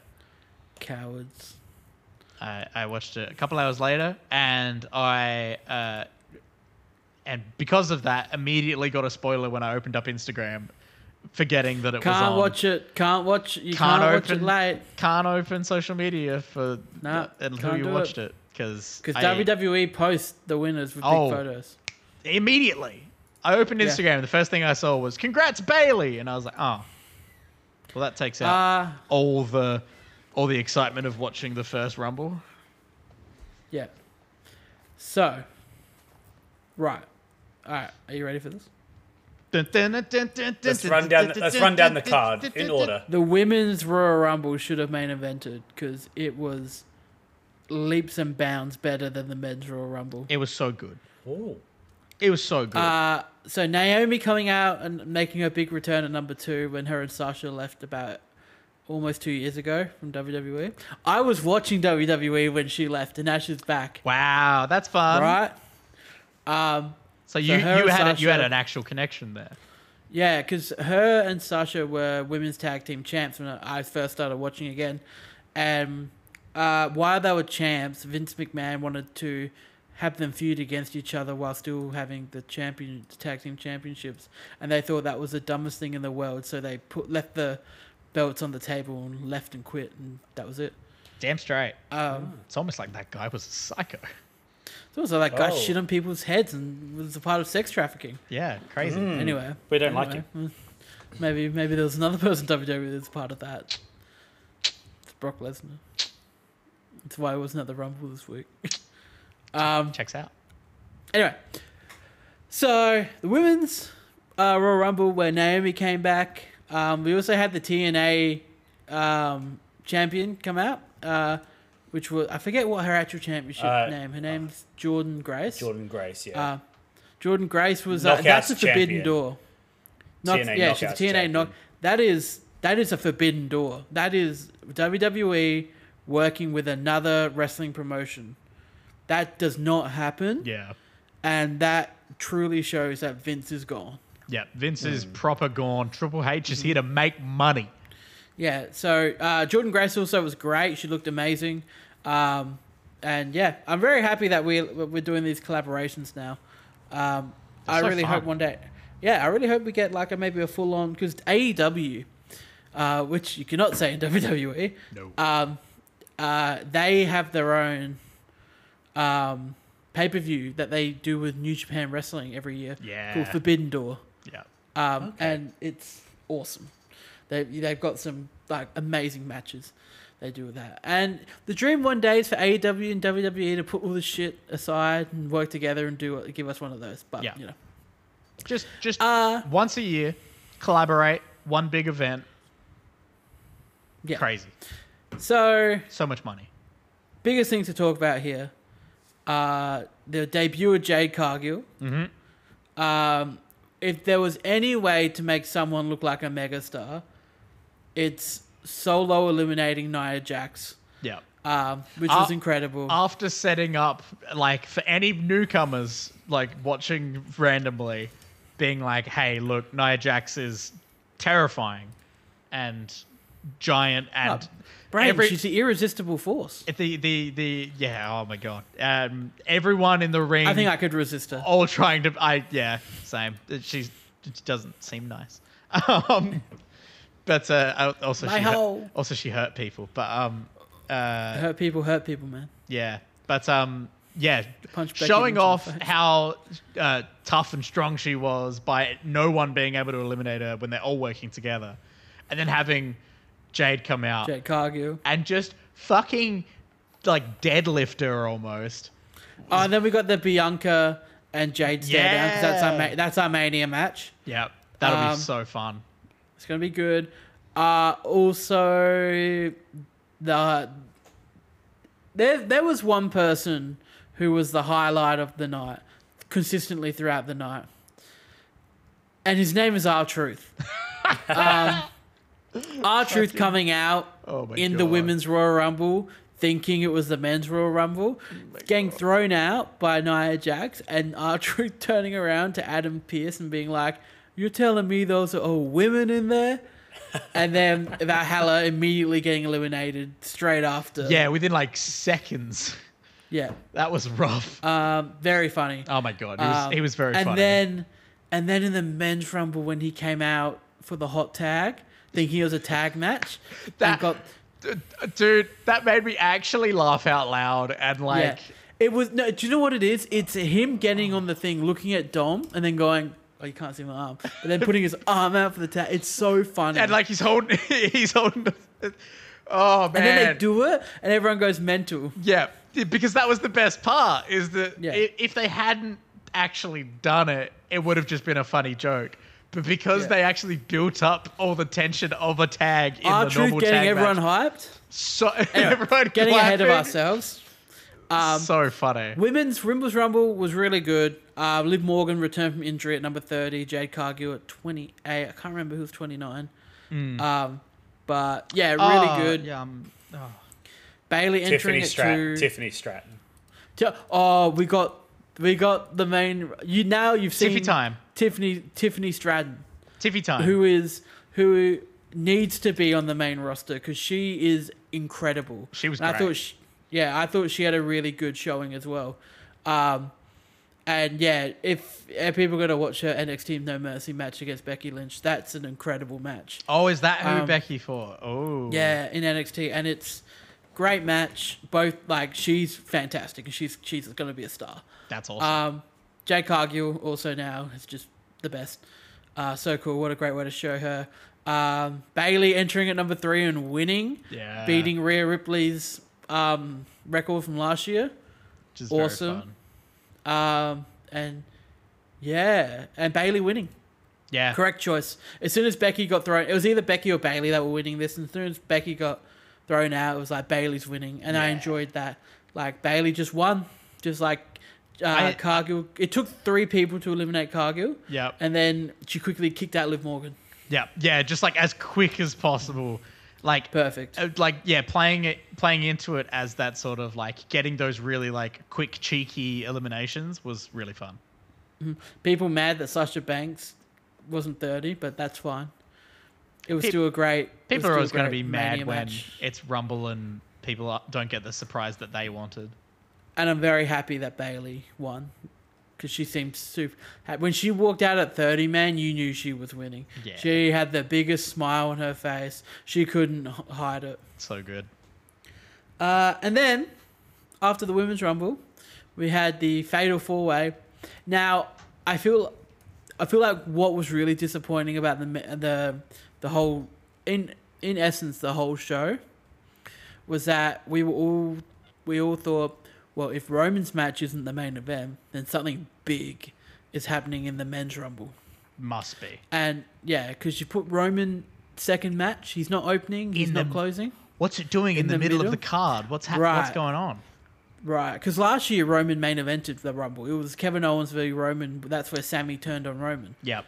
[SPEAKER 1] Cowards.
[SPEAKER 3] I, I watched it a couple hours later, and I uh, and because of that, immediately got a spoiler when I opened up Instagram, forgetting that it was
[SPEAKER 1] Can't
[SPEAKER 3] on.
[SPEAKER 1] watch it. Can't watch. You
[SPEAKER 3] Can't
[SPEAKER 1] can't, watch it
[SPEAKER 3] open-
[SPEAKER 1] late
[SPEAKER 3] Can't open social media for
[SPEAKER 1] No,
[SPEAKER 3] and who
[SPEAKER 1] can't
[SPEAKER 3] you
[SPEAKER 1] do
[SPEAKER 3] watched
[SPEAKER 1] it.
[SPEAKER 3] it because
[SPEAKER 1] because WWE posts E the winners with
[SPEAKER 3] Oh.
[SPEAKER 1] big photos.
[SPEAKER 3] immediately I opened
[SPEAKER 1] Yeah.
[SPEAKER 3] Instagram. and The first thing I saw was "Congrats Bailey," and I was like, "Oh, well that takes out
[SPEAKER 1] Ah,
[SPEAKER 3] all the all the excitement of watching the first Rumble."
[SPEAKER 1] yeah. So, right, all right. Are you ready for this?
[SPEAKER 3] Let's
[SPEAKER 2] Let's run down. Let's run down the card in order.
[SPEAKER 1] The women's Royal Rumble should have main evented because it was leaps and bounds better than the men's Royal Rumble.
[SPEAKER 3] It was so good.
[SPEAKER 2] Ooh.
[SPEAKER 3] It was so good.
[SPEAKER 1] Uh, so Naomi coming out and making her big return at number two when her and Sasha left about almost two years ago from WWE. I was watching WWE when she left, and now she's back,
[SPEAKER 3] wow, that's fun.
[SPEAKER 1] right? Um,
[SPEAKER 3] So you,
[SPEAKER 1] her
[SPEAKER 3] you
[SPEAKER 1] and
[SPEAKER 3] had a, you had
[SPEAKER 1] Sasha-
[SPEAKER 3] an actual connection there.
[SPEAKER 1] yeah, because her and Sasha were women's tag team champs when I first started watching again, and uh, while they were champs, Vince McMahon wanted to have them feud against each other while still having the champion tag team championships, and they thought that was the dumbest thing in the world, so they put left the belts on the table and left and quit, and that was it.
[SPEAKER 3] Damn straight.
[SPEAKER 1] Um,
[SPEAKER 3] It's almost like that guy was a psycho.
[SPEAKER 1] it's also that guy
[SPEAKER 2] Oh.
[SPEAKER 1] shit on people's heads and was a part of sex trafficking.
[SPEAKER 3] Yeah, crazy.
[SPEAKER 1] Anyway,
[SPEAKER 2] We don't like
[SPEAKER 1] anyway, mm, Maybe maybe there was another person WWE that's part of that. It's Brock Lesnar. That's why I wasn't at the Rumble this week. um.
[SPEAKER 3] Checks out.
[SPEAKER 1] Anyway, so the women's uh, Royal Rumble where Naomi came back. Um, we also had the TNA um, champion come out, uh, which was I forget what her actual championship
[SPEAKER 2] Uh,
[SPEAKER 1] name. Her name's Jordan Grace.
[SPEAKER 2] Jordan Grace. Yeah.
[SPEAKER 1] Uh, Jordan Grace was uh,
[SPEAKER 2] Knockouts
[SPEAKER 1] that's a forbidden
[SPEAKER 2] champion.
[SPEAKER 1] door. Knock,
[SPEAKER 2] TNA
[SPEAKER 1] yeah, she's a
[SPEAKER 2] Knockouts
[SPEAKER 1] TNA knock.
[SPEAKER 2] champion.
[SPEAKER 1] That is that is a forbidden door. That is WWE working with another wrestling promotion. That does not happen,
[SPEAKER 3] Yeah.
[SPEAKER 1] and that truly shows that Vince is gone.
[SPEAKER 3] Yeah. Vince is
[SPEAKER 1] Mm.
[SPEAKER 3] proper gone. Triple H is here to make money.
[SPEAKER 1] Yeah. So uh, Jordan Grace also was great. She looked amazing, um, and yeah, I'm very happy that we we're doing these collaborations now. Um,
[SPEAKER 3] They're
[SPEAKER 1] I
[SPEAKER 3] so
[SPEAKER 1] really hope
[SPEAKER 3] fun.
[SPEAKER 1] one day. Yeah, I really hope we get like a maybe a full on because AEW, uh, which you cannot say in WWE,
[SPEAKER 3] No.
[SPEAKER 1] um, uh, they have their own um, pay per view that they do with New Japan Wrestling every year
[SPEAKER 3] Yeah.
[SPEAKER 1] called Forbidden Door
[SPEAKER 3] yeah.
[SPEAKER 1] um, and it's awesome. They they've got some like amazing matches. they do with that. And the dream one day is for AEW and WWE to put all this shit aside and work together and do give us one of those. But
[SPEAKER 3] Yeah.
[SPEAKER 1] you know,
[SPEAKER 3] Just just
[SPEAKER 1] Uh,
[SPEAKER 3] once a year, collaborate, one big event.
[SPEAKER 1] yeah.
[SPEAKER 3] Crazy.
[SPEAKER 1] So
[SPEAKER 3] So much money.
[SPEAKER 1] biggest thing to talk about here, uh, the debut of Jade Cargill. Mm-hmm. Um, if there was any way to make someone look like a megastar, it's solo eliminating Nia Jax,
[SPEAKER 3] Yeah.
[SPEAKER 1] um, which
[SPEAKER 3] Uh,
[SPEAKER 1] was incredible.
[SPEAKER 3] After setting up like for any newcomers like watching randomly, being like, "Hey, look, Nia Jax is terrifying and giant and
[SPEAKER 1] Brain,
[SPEAKER 3] every-
[SPEAKER 1] Oh, she's the irresistible force.
[SPEAKER 3] the the the yeah oh my god um everyone in the ring
[SPEAKER 1] I think I could resist her.
[SPEAKER 3] all trying to i yeah same she's she doesn't seem nice um but uh al- also
[SPEAKER 1] My
[SPEAKER 3] she hurt,
[SPEAKER 1] hole.
[SPEAKER 3] also she hurt people but um uh
[SPEAKER 1] Hurt people, hurt people, man.
[SPEAKER 3] yeah but um yeah
[SPEAKER 1] Punch Becky Lynch in
[SPEAKER 3] showing
[SPEAKER 1] the
[SPEAKER 3] off
[SPEAKER 1] face.
[SPEAKER 3] how uh, tough and strong she was by no one being able to eliminate her when they're all working together and then having jade come out
[SPEAKER 1] Jade Cargill.
[SPEAKER 3] and just fucking like deadlifter almost.
[SPEAKER 1] Oh, and then we got the Bianca and Jade stare down 'cause that's our
[SPEAKER 3] Yeah.
[SPEAKER 1] ma- that's our mania match.
[SPEAKER 3] Yeah, that'll
[SPEAKER 1] Um,
[SPEAKER 3] be so fun.
[SPEAKER 1] It's gonna be good. Uh, also, the there there was one person who was the highlight of the night, consistently throughout the night, and his name is R Truth. um, R Truth coming out
[SPEAKER 3] Oh my
[SPEAKER 1] in the
[SPEAKER 3] God.
[SPEAKER 1] women's Royal Rumble, thinking it was the men's Royal Rumble,
[SPEAKER 3] Oh
[SPEAKER 1] getting thrown out by Nia Jax, and R Truth turning around to Adam Pearce and being like, "You're telling me those are all women in there?" and then Valhalla immediately getting eliminated straight after.
[SPEAKER 3] Yeah, within like seconds.
[SPEAKER 1] yeah,
[SPEAKER 3] That was rough.
[SPEAKER 1] um, very funny.
[SPEAKER 3] oh my god, he was,
[SPEAKER 1] Um,
[SPEAKER 3] he was very
[SPEAKER 1] and
[SPEAKER 3] funny.
[SPEAKER 1] then, and then in the men's rumble when he came out for the hot tag, thinking it was a tag match,
[SPEAKER 3] That-
[SPEAKER 1] and got
[SPEAKER 3] D- dude, that made me actually laugh out loud and
[SPEAKER 1] yeah.
[SPEAKER 3] like
[SPEAKER 1] It was no. Do you know what it is? It's him getting on the thing, looking at Dom, and then going, "Oh, you can't see my arm," but then putting his arm out for the tag. It's so funny.
[SPEAKER 3] and like he's holding he's holding. the- Oh man.
[SPEAKER 1] And then they do it, and everyone goes mental.
[SPEAKER 3] Yeah, because that was the best part is that
[SPEAKER 1] Yeah.
[SPEAKER 3] i if they hadn't actually done it, it would have just been a funny joke. But because
[SPEAKER 1] Yeah.
[SPEAKER 3] they actually built up all the tension of a tag in
[SPEAKER 1] Our
[SPEAKER 3] the
[SPEAKER 1] truth
[SPEAKER 3] normal
[SPEAKER 1] getting
[SPEAKER 3] tag
[SPEAKER 1] everyone
[SPEAKER 3] match,
[SPEAKER 1] hyped,
[SPEAKER 3] so everyone
[SPEAKER 1] getting ahead of um,
[SPEAKER 3] clapping.
[SPEAKER 1] ourselves.
[SPEAKER 3] so funny.
[SPEAKER 1] Women's Rimble's Rumble was really good. Uh, Liv Morgan returned from injury at number 30. Jade Cargill at 28. I can't remember who was 29. Um, but yeah, really
[SPEAKER 3] Oh,
[SPEAKER 1] good.
[SPEAKER 3] Hmm. Yeah, um, oh.
[SPEAKER 1] Bailey
[SPEAKER 2] Tiffany
[SPEAKER 1] entering at two.
[SPEAKER 2] Stratton. Tiffany Stratton.
[SPEAKER 1] Ti- oh, we got we got the main. You now you've seen
[SPEAKER 3] Tiffy time.
[SPEAKER 1] Tiffany Tiffany Stratton,
[SPEAKER 3] Tiffy time.
[SPEAKER 1] who is who needs to be on the main roster because she is incredible.
[SPEAKER 3] She was
[SPEAKER 1] And I
[SPEAKER 3] great.
[SPEAKER 1] thought, she, yeah, I thought she had a really good showing as well. Um, and yeah, if, if people are gonna watch her NXT No Mercy match against Becky Lynch, that's an incredible match.
[SPEAKER 3] oh, is that who
[SPEAKER 1] um,
[SPEAKER 3] Becky for? Oh,
[SPEAKER 1] Yeah, in NXT, and it's great match. Both like she's fantastic, and she's she's gonna be a star.
[SPEAKER 3] that's awesome.
[SPEAKER 1] Um, Jade Cargill also now is just the best. Uh, so cool. What a great way to show her. Um, Bailey entering at number three and winning,
[SPEAKER 3] Yeah.
[SPEAKER 1] beating Rhea Ripley's um, record from last year.
[SPEAKER 3] which is very
[SPEAKER 1] awesome.
[SPEAKER 3] fun.
[SPEAKER 1] Um, and yeah, and Bailey winning.
[SPEAKER 3] Yeah,
[SPEAKER 1] Correct choice. As soon as Becky got thrown, it was either Becky or Bailey that were winning this. And as soon as Becky got thrown out, it was like Bailey's winning, and I enjoyed that. Like Bailey just won, just like uh,
[SPEAKER 3] I-
[SPEAKER 1] Cargill. It took three people to eliminate Cargill.
[SPEAKER 3] Yep.
[SPEAKER 1] And then she quickly kicked out Liv Morgan.
[SPEAKER 3] Yeah, yeah, just like as quick as possible. Like
[SPEAKER 1] Perfect.
[SPEAKER 3] uh, Like yeah, playing it playing into it as that sort of like getting those really like quick cheeky eliminations was really fun.
[SPEAKER 1] People mad that Sasha Banks wasn't thirty, but that's fine. It was
[SPEAKER 3] Peop-
[SPEAKER 1] still a great. it was
[SPEAKER 3] People
[SPEAKER 1] still
[SPEAKER 3] are
[SPEAKER 1] a
[SPEAKER 3] always going to
[SPEAKER 1] great
[SPEAKER 3] be mad
[SPEAKER 1] Mania
[SPEAKER 3] when
[SPEAKER 1] match.
[SPEAKER 3] it's Rumble and people are, don't get the surprise that they wanted.
[SPEAKER 1] and I'm very happy that Bailey won because she seemed super. ha- When she walked out at 30, man, you knew she was winning.
[SPEAKER 3] Yeah.
[SPEAKER 1] She had the biggest smile on her face. She couldn't h- hide it.
[SPEAKER 3] So good.
[SPEAKER 1] Uh, and then after the women's rumble, we had the fatal four way. Now I feel, I feel like what was really disappointing about the the the whole in in essence the whole show was that we were all we all thought, well, if Roman's match isn't the main event, then something big is happening in the men's rumble.
[SPEAKER 3] Must be.
[SPEAKER 1] And yeah, because you put Roman second match, he's not opening, he's
[SPEAKER 3] In
[SPEAKER 1] not
[SPEAKER 3] the-
[SPEAKER 1] closing.
[SPEAKER 3] What's it doing in, the, middle, of the card? What's hap- What's
[SPEAKER 1] Right.
[SPEAKER 3] going on?
[SPEAKER 1] Right, because last year Roman main evented the Rumble. It was Kevin Owens v Roman. but That's where Sammy turned on Roman.
[SPEAKER 3] Yep.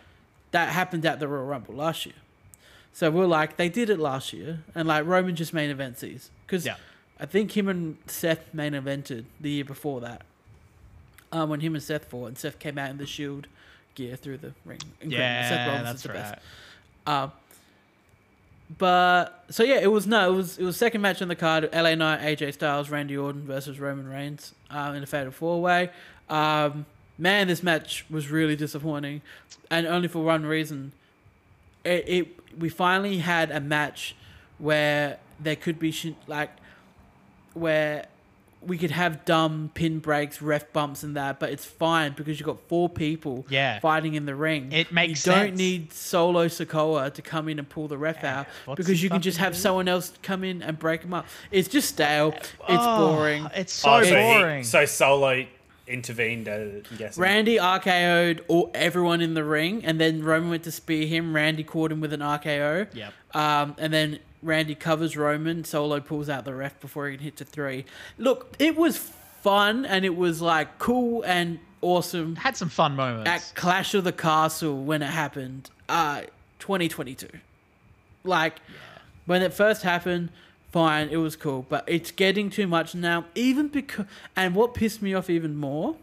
[SPEAKER 1] That happened at the Royal Rumble last year. So we're like, they did it last year, and like Roman just main events these because
[SPEAKER 3] Yeah.
[SPEAKER 1] I think him and Seth main evented the year before that. Um, when him and Seth fought, and Seth came out in the Shield gear through the ring. Incredible.
[SPEAKER 3] Yeah,
[SPEAKER 1] Seth Rollins is
[SPEAKER 3] that's
[SPEAKER 1] the
[SPEAKER 3] right.
[SPEAKER 1] best. But so yeah, it was no, it was it was second match on the card: LA Knight, AJ Styles, Randy Orton versus Roman Reigns um, in a fatal four way. Um, man, this match was really disappointing, and only for one reason: it, it we finally had a match where there could be sh- like where we could have dumb pin breaks, ref bumps, and that, but it's fine because you've got four people
[SPEAKER 3] Yeah.
[SPEAKER 1] fighting in the ring.
[SPEAKER 3] It makes
[SPEAKER 1] you
[SPEAKER 3] sense.
[SPEAKER 1] don't need Solo Sokoa to come in and pull the ref out
[SPEAKER 3] what's
[SPEAKER 1] because
[SPEAKER 3] he
[SPEAKER 1] you can just
[SPEAKER 3] fucking
[SPEAKER 1] have
[SPEAKER 3] doing?
[SPEAKER 1] someone else come in and break them up. It's just stale. It's
[SPEAKER 3] Oh,
[SPEAKER 1] boring.
[SPEAKER 3] It's so
[SPEAKER 2] so, he-
[SPEAKER 3] boring.
[SPEAKER 2] so Solo intervened, uh, I'm guessing.
[SPEAKER 1] Randy RKO'd all, everyone in the ring, and then Roman went to spear him. Randy caught him with an RKO.
[SPEAKER 3] Yep.
[SPEAKER 1] Um, and then Randy covers Roman. Solo pulls out the ref before he can hit to three. Look, it was fun and it was like cool and awesome
[SPEAKER 3] Had some fun moments.
[SPEAKER 1] at Clash of the Castle when it happened, uh, 2022. Like, when it first happened, fine, it was cool, but it's getting too much now. Even because, and what pissed me off even more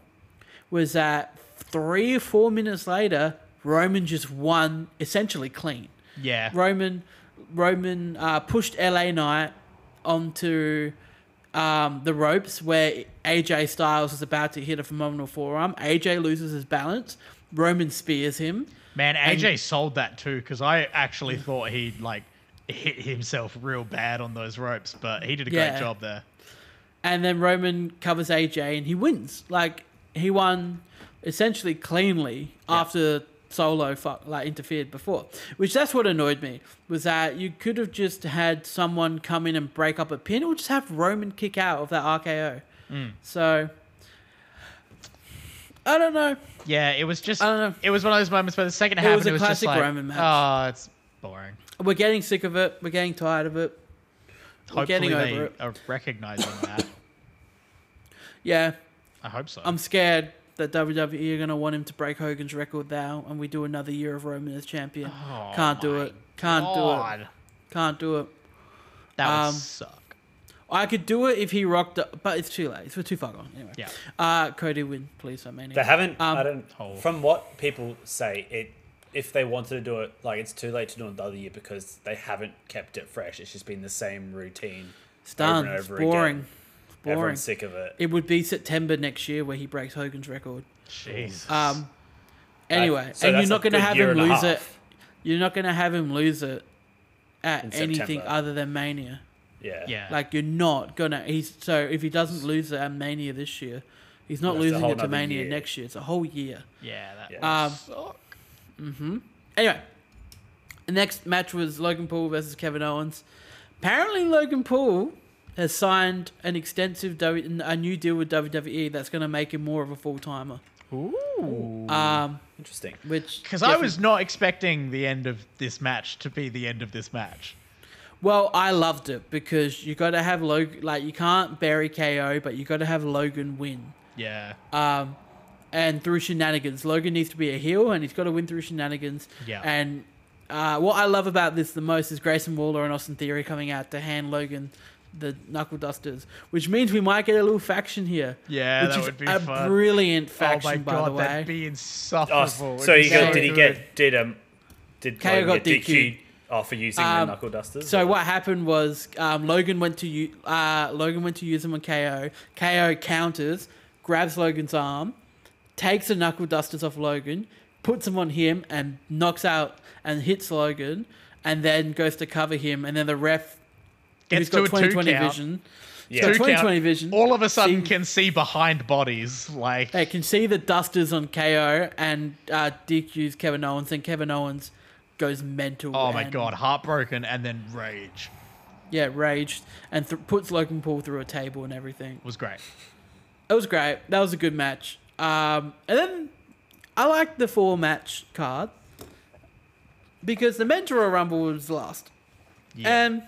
[SPEAKER 1] was that three or four minutes later, Roman just won essentially clean.
[SPEAKER 3] yeah.
[SPEAKER 1] Roman Roman uh, pushed LA Knight onto um, the ropes where AJ Styles is about to hit a phenomenal forearm. AJ loses his balance. Roman spears him.
[SPEAKER 3] Man, AJ sold that too because I actually thought he'd like hit himself real bad on those ropes, but he did a
[SPEAKER 1] Yeah.
[SPEAKER 3] great job there.
[SPEAKER 1] and then Roman covers AJ and he wins. Like he won essentially cleanly after Solo fuck, like interfered before, which that's what annoyed me was that you could have just had someone come in and break up a pin, or just have Roman kick out of that RKO.
[SPEAKER 3] Mm.
[SPEAKER 1] So I don't know.
[SPEAKER 3] Yeah, it was just.
[SPEAKER 1] I don't know.
[SPEAKER 3] It was one of those moments where the second half
[SPEAKER 1] It
[SPEAKER 3] and
[SPEAKER 1] was a
[SPEAKER 3] just
[SPEAKER 1] classic
[SPEAKER 3] like,
[SPEAKER 1] Roman match.
[SPEAKER 3] Oh, it's boring.
[SPEAKER 1] We're getting sick of it. We're getting tired of it. We're
[SPEAKER 3] Hopefully
[SPEAKER 1] getting
[SPEAKER 3] they
[SPEAKER 1] over it.
[SPEAKER 3] are recognizing that.
[SPEAKER 1] Yeah,
[SPEAKER 3] I hope so.
[SPEAKER 1] I'm scared that WWE are going to want him to break Hogan's record now, and we do another year of Roman as champion.
[SPEAKER 3] Oh
[SPEAKER 1] Can't do
[SPEAKER 3] my
[SPEAKER 1] it. Can't do it.
[SPEAKER 3] God.
[SPEAKER 1] Can't do it.
[SPEAKER 3] That would
[SPEAKER 1] Um,
[SPEAKER 3] suck.
[SPEAKER 1] I could do it if he rocked up, but it's too late. It's- We're too far gone. Anyway.
[SPEAKER 3] Yeah.
[SPEAKER 1] Uh, Cody win, please. I mean,
[SPEAKER 2] They haven't.
[SPEAKER 1] Um,
[SPEAKER 2] I don't.
[SPEAKER 3] Oh.
[SPEAKER 2] From what people say, it if they wanted to do it, like it's too late to do it the other year because they haven't kept it fresh. It's just been the same routine.
[SPEAKER 1] it's done.
[SPEAKER 2] over and
[SPEAKER 1] It's
[SPEAKER 2] over again.
[SPEAKER 1] boring. It's boring.
[SPEAKER 2] Everyone's sick of it.
[SPEAKER 1] It would be September next year where he breaks Hogan's record.
[SPEAKER 3] Jeez.
[SPEAKER 1] Um, anyway,
[SPEAKER 2] Uh, so
[SPEAKER 1] and you're
[SPEAKER 2] that's a
[SPEAKER 1] not going to
[SPEAKER 2] good
[SPEAKER 1] have
[SPEAKER 2] year
[SPEAKER 1] him
[SPEAKER 2] and a
[SPEAKER 1] lose it.
[SPEAKER 2] half.
[SPEAKER 1] You're not going to have him lose it at
[SPEAKER 2] In
[SPEAKER 1] anything
[SPEAKER 2] September.
[SPEAKER 1] other than Mania.
[SPEAKER 2] yeah.
[SPEAKER 3] yeah.
[SPEAKER 1] Like you're not gonna. He's so if he doesn't lose it at Mania this year, he's not
[SPEAKER 2] That's a
[SPEAKER 1] losing
[SPEAKER 2] whole
[SPEAKER 1] it to
[SPEAKER 2] nother
[SPEAKER 1] Mania
[SPEAKER 2] year.
[SPEAKER 1] next year. It's a whole year.
[SPEAKER 3] yeah. That would
[SPEAKER 2] Yeah.
[SPEAKER 1] Um,
[SPEAKER 3] suck.
[SPEAKER 1] Anyway, the next match was Logan Paul versus Kevin Owens. Apparently, Logan Paul has signed an extensive w, a new deal with WWE that's going to make him more of a full timer.
[SPEAKER 3] Ooh.
[SPEAKER 2] Hmm.
[SPEAKER 1] Um,
[SPEAKER 2] Interesting.
[SPEAKER 1] which
[SPEAKER 3] Because I was not expecting the end of this match to be the end of this match.
[SPEAKER 1] well, I loved it because you got to have Logan. Like you can't bury KO, but you got to have Logan win.
[SPEAKER 3] Yeah.
[SPEAKER 1] um, and through shenanigans. Logan needs to be a heel, and he's got to win through shenanigans.
[SPEAKER 3] Yeah.
[SPEAKER 1] And uh, what I love about this the most is Grayson Waller and Austin Theory coming out to hand Logan the knuckle dusters, which means we might get a little faction here.
[SPEAKER 3] Yeah,
[SPEAKER 1] which
[SPEAKER 3] that
[SPEAKER 1] is
[SPEAKER 3] would be
[SPEAKER 1] a
[SPEAKER 3] fun.
[SPEAKER 1] brilliant
[SPEAKER 3] oh my
[SPEAKER 1] faction, by
[SPEAKER 3] god,
[SPEAKER 1] the way.
[SPEAKER 3] that'd be
[SPEAKER 2] Oh,
[SPEAKER 3] insufferable.
[SPEAKER 2] so
[SPEAKER 3] It'd be
[SPEAKER 2] you got,
[SPEAKER 1] so
[SPEAKER 2] did he
[SPEAKER 3] good.
[SPEAKER 2] get did um did
[SPEAKER 1] Kaya
[SPEAKER 2] Logan
[SPEAKER 1] got
[SPEAKER 2] get DQ'd
[SPEAKER 1] DQ'd.
[SPEAKER 2] after using
[SPEAKER 1] Um,
[SPEAKER 2] the knuckle dusters?
[SPEAKER 1] So
[SPEAKER 2] Or-
[SPEAKER 1] what happened was um, Logan went to u- uh, Logan went to use him on KO. KO counters, grabs Logan's arm, takes the knuckle dusters off Logan, puts them on him, and knocks out and hits Logan, and then goes to cover him, and then the ref
[SPEAKER 3] Gets
[SPEAKER 1] who's
[SPEAKER 3] to a
[SPEAKER 1] got
[SPEAKER 3] two
[SPEAKER 1] 2020
[SPEAKER 3] count.
[SPEAKER 1] vision.
[SPEAKER 2] Yeah.
[SPEAKER 1] He's got
[SPEAKER 3] Two count,
[SPEAKER 1] 2020 vision.
[SPEAKER 3] All of a sudden,
[SPEAKER 1] See-
[SPEAKER 3] can see behind bodies. Like
[SPEAKER 1] They can see the dusters on KO and uh, DQ's Kevin Owens, and Kevin Owens goes mental.
[SPEAKER 3] Oh my
[SPEAKER 1] and
[SPEAKER 3] god, heartbroken and then rage.
[SPEAKER 1] yeah, raged and th- puts Logan Paul through a table and everything.
[SPEAKER 3] was great.
[SPEAKER 1] It was great. That was a good match. Um, and then I liked the four match card because the Mentor Rumble was last.
[SPEAKER 3] Yeah.
[SPEAKER 1] And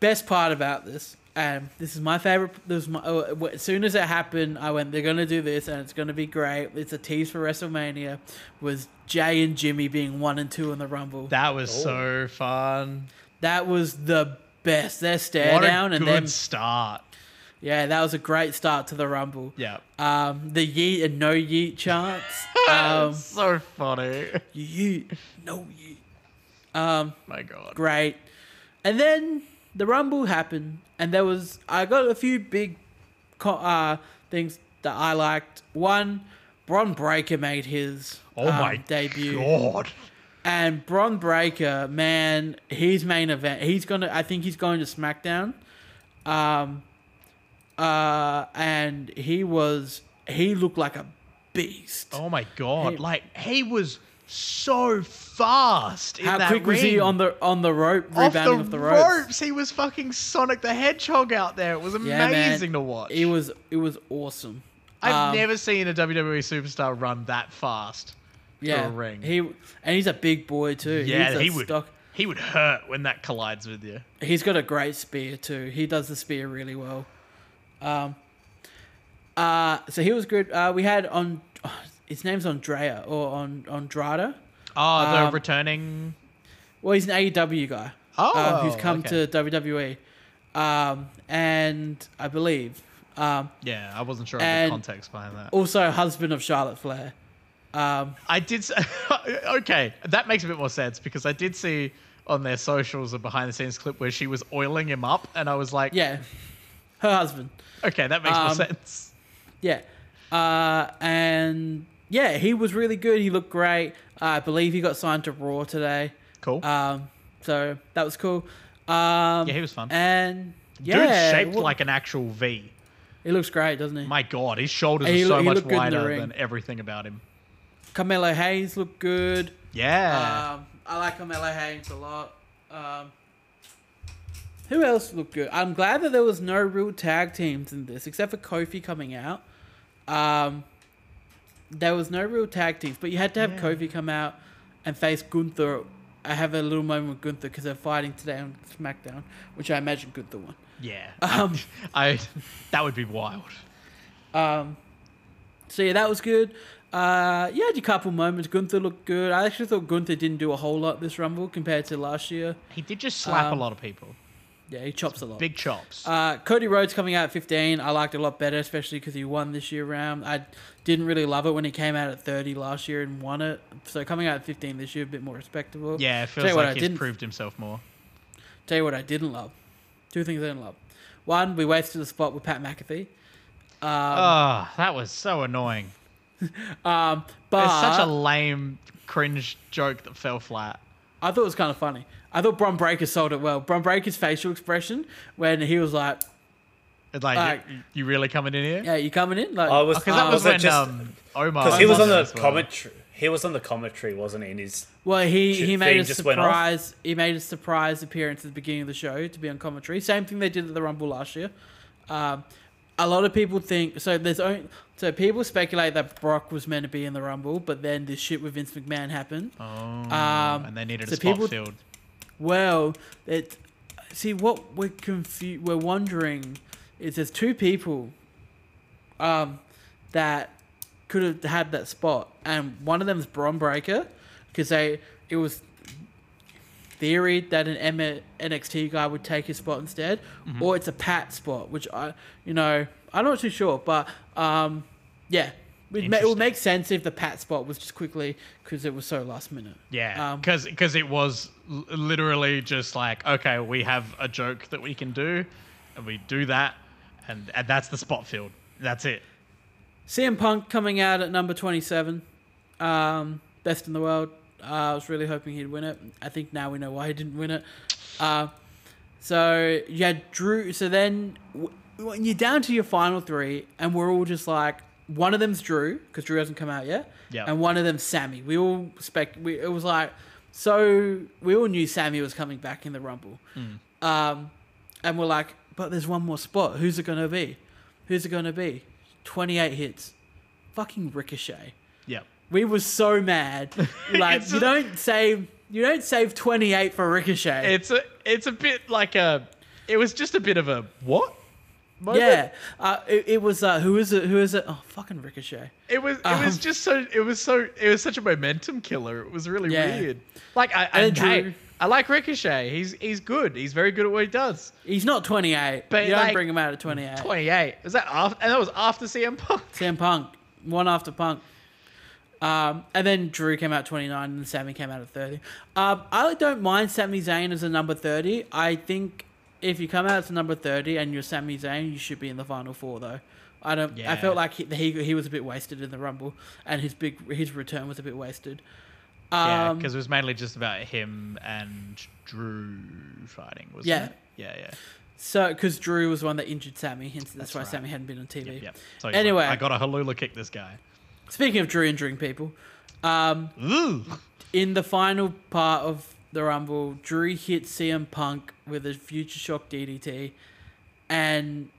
[SPEAKER 1] best part about this, and this is my favorite. This was my, oh, as soon as it happened, I went, "They're gonna do this, and it's gonna be great." It's a tease for WrestleMania. Was Jay and Jimmy being one and two in the Rumble? That,
[SPEAKER 3] that was
[SPEAKER 2] Oh.
[SPEAKER 3] so fun.
[SPEAKER 1] was the best. Their stare
[SPEAKER 3] What
[SPEAKER 1] down
[SPEAKER 3] a
[SPEAKER 1] and
[SPEAKER 3] good
[SPEAKER 1] then
[SPEAKER 3] start.
[SPEAKER 1] yeah, that was a great start to the Rumble.
[SPEAKER 3] Yeah.
[SPEAKER 1] Um, the yeet and no yeet chants. um,
[SPEAKER 3] so funny.
[SPEAKER 1] you yeet, no yeet.
[SPEAKER 3] My God.
[SPEAKER 1] great. And then the Rumble happened, and there was I got a few big co- uh, things that I liked. One, Bron Breaker made his
[SPEAKER 3] Oh
[SPEAKER 1] um,
[SPEAKER 3] my
[SPEAKER 1] debut,
[SPEAKER 3] God.
[SPEAKER 1] and Bron Breaker, man, his main event. He's gonna, I think he's going to SmackDown, um, uh, and he was he looked like a beast.
[SPEAKER 3] Oh my God.
[SPEAKER 1] Hey.
[SPEAKER 3] Like he was so fast. In
[SPEAKER 1] How
[SPEAKER 3] that
[SPEAKER 1] quick was he
[SPEAKER 3] ring.
[SPEAKER 1] on the on the rope,
[SPEAKER 3] off
[SPEAKER 1] rebounding
[SPEAKER 3] the,
[SPEAKER 1] off the
[SPEAKER 3] ropes.
[SPEAKER 1] ropes?
[SPEAKER 3] He was fucking Sonic the Hedgehog out there. It was
[SPEAKER 1] Yeah, man.
[SPEAKER 3] amazing to watch.
[SPEAKER 1] It was it was awesome.
[SPEAKER 3] I've
[SPEAKER 1] Um,
[SPEAKER 3] never seen a WWE superstar run that fast.
[SPEAKER 1] yeah,
[SPEAKER 3] a ring.
[SPEAKER 1] He and he's a big boy too.
[SPEAKER 3] Yeah,
[SPEAKER 1] he's a
[SPEAKER 3] he would.
[SPEAKER 1] stock-
[SPEAKER 3] He would hurt when that collides with you.
[SPEAKER 1] he's got a great spear too. He does the spear really well. Um, uh, so he was good. Uh, we had on his name's Andrea or on Andrada.
[SPEAKER 3] Oh,
[SPEAKER 1] Um,
[SPEAKER 3] the returning.
[SPEAKER 1] Well, he's an AEW guy. um, who's
[SPEAKER 3] Oh,
[SPEAKER 1] come to
[SPEAKER 3] okay.
[SPEAKER 1] WWE, um, and I believe um,
[SPEAKER 3] Yeah, I wasn't sure of
[SPEAKER 1] and-
[SPEAKER 3] the context behind that.
[SPEAKER 1] also husband of Charlotte Flair. Um,
[SPEAKER 3] I did. s- okay, that makes a bit more sense because I did see on their socials a behind the scenes clip where she was oiling him up, and I was like,
[SPEAKER 1] yeah, her husband.
[SPEAKER 3] okay, that makes more
[SPEAKER 1] Um,
[SPEAKER 3] sense.
[SPEAKER 1] Yeah. Uh, and yeah, he was really good. He looked great. I believe he got signed to Raw today.
[SPEAKER 3] Cool.
[SPEAKER 1] Um, so that was cool. Um,
[SPEAKER 3] Yeah, he was fun.
[SPEAKER 1] And yeah,
[SPEAKER 3] Dude shaped
[SPEAKER 1] well,
[SPEAKER 3] like an actual V.
[SPEAKER 1] he looks great, doesn't he?
[SPEAKER 3] My God, his shoulders
[SPEAKER 1] And he
[SPEAKER 3] are
[SPEAKER 1] loo-
[SPEAKER 3] so
[SPEAKER 1] he
[SPEAKER 3] much
[SPEAKER 1] looked good in the
[SPEAKER 3] wider
[SPEAKER 1] ring.
[SPEAKER 3] than everything about him.
[SPEAKER 1] Carmelo Hayes looked good.
[SPEAKER 3] Yeah.
[SPEAKER 1] Um, I like Carmelo Hayes a lot. Um, who else looked good? I'm glad that there was no real tag teams in this, except for Kofi coming out. Um, there was no real tag teams, but you had to have
[SPEAKER 3] Yeah.
[SPEAKER 1] Kofi come out and face Gunther. I have a little moment with Gunther because they're fighting today on SmackDown, which I imagine Gunther won.
[SPEAKER 3] yeah.
[SPEAKER 1] Um,
[SPEAKER 3] I. That would be wild.
[SPEAKER 1] Um, so yeah, that was good. Uh, you had your couple moments. Gunther looked good. I actually thought Gunther didn't do a whole lot this Rumble compared to last year.
[SPEAKER 3] He did just slap
[SPEAKER 1] Um,
[SPEAKER 3] a lot of people.
[SPEAKER 1] Yeah, he chops a lot.
[SPEAKER 3] Big chops.
[SPEAKER 1] Uh, Cody Rhodes coming out at 15, I liked a lot better, especially because he won this year round. I didn't really love it when he came out at 30 last year and won it. So coming out at 15 this year, a bit more respectable.
[SPEAKER 3] yeah, it
[SPEAKER 1] Tell
[SPEAKER 3] feels
[SPEAKER 1] you what I
[SPEAKER 3] like he's
[SPEAKER 1] didn't-
[SPEAKER 3] proved himself more.
[SPEAKER 1] Tell you what, I didn't love. Two things I didn't love. One, we wasted a spot with Pat McAfee.
[SPEAKER 3] Ah, that was so annoying.
[SPEAKER 1] Um,
[SPEAKER 3] It's
[SPEAKER 1] but
[SPEAKER 3] such a lame, cringe joke that fell flat.
[SPEAKER 1] I thought it was kind of funny. I thought Bron Breaker sold it well. Bron Breaker's facial expression when he was like,
[SPEAKER 3] It's like,
[SPEAKER 1] Like-
[SPEAKER 3] you, you really coming in here?
[SPEAKER 1] Uh, "Yeah, Uh, you coming in?" Like,
[SPEAKER 2] I was-
[SPEAKER 3] Because
[SPEAKER 2] Oh,
[SPEAKER 3] that was,
[SPEAKER 2] was it
[SPEAKER 3] when
[SPEAKER 2] just-
[SPEAKER 3] um, Omar.
[SPEAKER 2] Because he was on the
[SPEAKER 3] as well.
[SPEAKER 2] commentary. He was on the commentary, wasn't he? In his
[SPEAKER 1] Well, he,
[SPEAKER 2] Shit,
[SPEAKER 1] he made
[SPEAKER 2] thing
[SPEAKER 1] a
[SPEAKER 2] just went off.
[SPEAKER 1] surprise. He made a surprise appearance at the beginning of the show to be on commentary. Same thing they did at the Rumble last year. Um, a lot of people think so. There's only so people speculate that Brock was meant to be in the Rumble, but then this shit with Vince McMahon happened.
[SPEAKER 3] Oh,
[SPEAKER 1] Um,
[SPEAKER 3] and they needed
[SPEAKER 1] so
[SPEAKER 3] a spot
[SPEAKER 1] people-
[SPEAKER 3] filled.
[SPEAKER 1] Well, it see what we're confu- we're wondering is there's two people um that could have had that spot and one of them's Bron Breaker because they it was theoried that an M- NXT guy would take his spot instead or it's a Pat spot which I you know I'm not too sure but um yeah it, ma- it would
[SPEAKER 3] Interesting.
[SPEAKER 1] make sense if the Pat spot was just quickly because it was so last minute
[SPEAKER 3] Yeah,
[SPEAKER 1] um,
[SPEAKER 3] because it was l- literally just like, okay, we have a joke that we can do, and we do that, and, and that's the spot field. That's it.
[SPEAKER 1] CM Punk coming out at number 27, um, best in the world. Uh, I was really hoping he'd win it. I think now we know why he didn't win it. Uh, so you had Drew. So then w- when you're down to your final three, and we're all just like, one of them's Drew because Drew hasn't come out yet,
[SPEAKER 3] Yeah.
[SPEAKER 1] and one of them's Sammy. We all spec. We, it was like so we all knew Sammy was coming back in the Rumble. Um, and we're like, but there's one more spot. Who's it going to be? Who's it going to be? 28 hits. Fucking Ricochet.
[SPEAKER 3] Yeah.
[SPEAKER 1] We were so mad. Like
[SPEAKER 3] It's
[SPEAKER 1] you
[SPEAKER 3] a-
[SPEAKER 1] don't save you don't save 28 for Ricochet.
[SPEAKER 3] It's a it's a bit like a it was just a bit of a what? Moment.
[SPEAKER 1] yeah. Uh, it, it was uh, who is it? Who is it? Oh, fucking Ricochet.
[SPEAKER 3] It was it was
[SPEAKER 1] Um,
[SPEAKER 3] just so it was so it was such a momentum killer. It was really
[SPEAKER 1] Yeah.
[SPEAKER 3] weird. Like I I,
[SPEAKER 1] And Drew-
[SPEAKER 3] hey, I like Ricochet. He's he's good. He's very good at what he does.
[SPEAKER 1] He's not 28.
[SPEAKER 3] But,
[SPEAKER 1] you don't
[SPEAKER 3] like,
[SPEAKER 1] bring him out at 28.
[SPEAKER 3] Twenty eight. Was that after? And that was after CM Punk.
[SPEAKER 1] Sam Punk, one after Punk. Um, and then Drew came out 29 and Sammy came out at 30. Um, I don't mind Sami Zayn as a number 30. I think if you come out as a number 30 and you're Sami Zayn, you should be in the final four, though. I don't. I
[SPEAKER 3] Yeah.
[SPEAKER 1] felt like he, he he was a bit wasted in the Rumble, and his big his return was a bit wasted.
[SPEAKER 3] Yeah,
[SPEAKER 1] Um,
[SPEAKER 3] because it was mainly just about him and Drew fighting, wasn't
[SPEAKER 1] Yeah.
[SPEAKER 3] it? Yeah, yeah,
[SPEAKER 1] so because Drew was the one that injured Sammy, hence that's,
[SPEAKER 3] That's
[SPEAKER 1] why
[SPEAKER 3] right.
[SPEAKER 1] Sammy hadn't been on TV.
[SPEAKER 3] yeah, yeah. So he's like,
[SPEAKER 1] Anyway.
[SPEAKER 3] I got a halula kick this guy.
[SPEAKER 1] Speaking of Drew injuring people,
[SPEAKER 3] Ooh.
[SPEAKER 1] in the final part of the Rumble, Drew hit CM Punk with a Future Shock DDT, and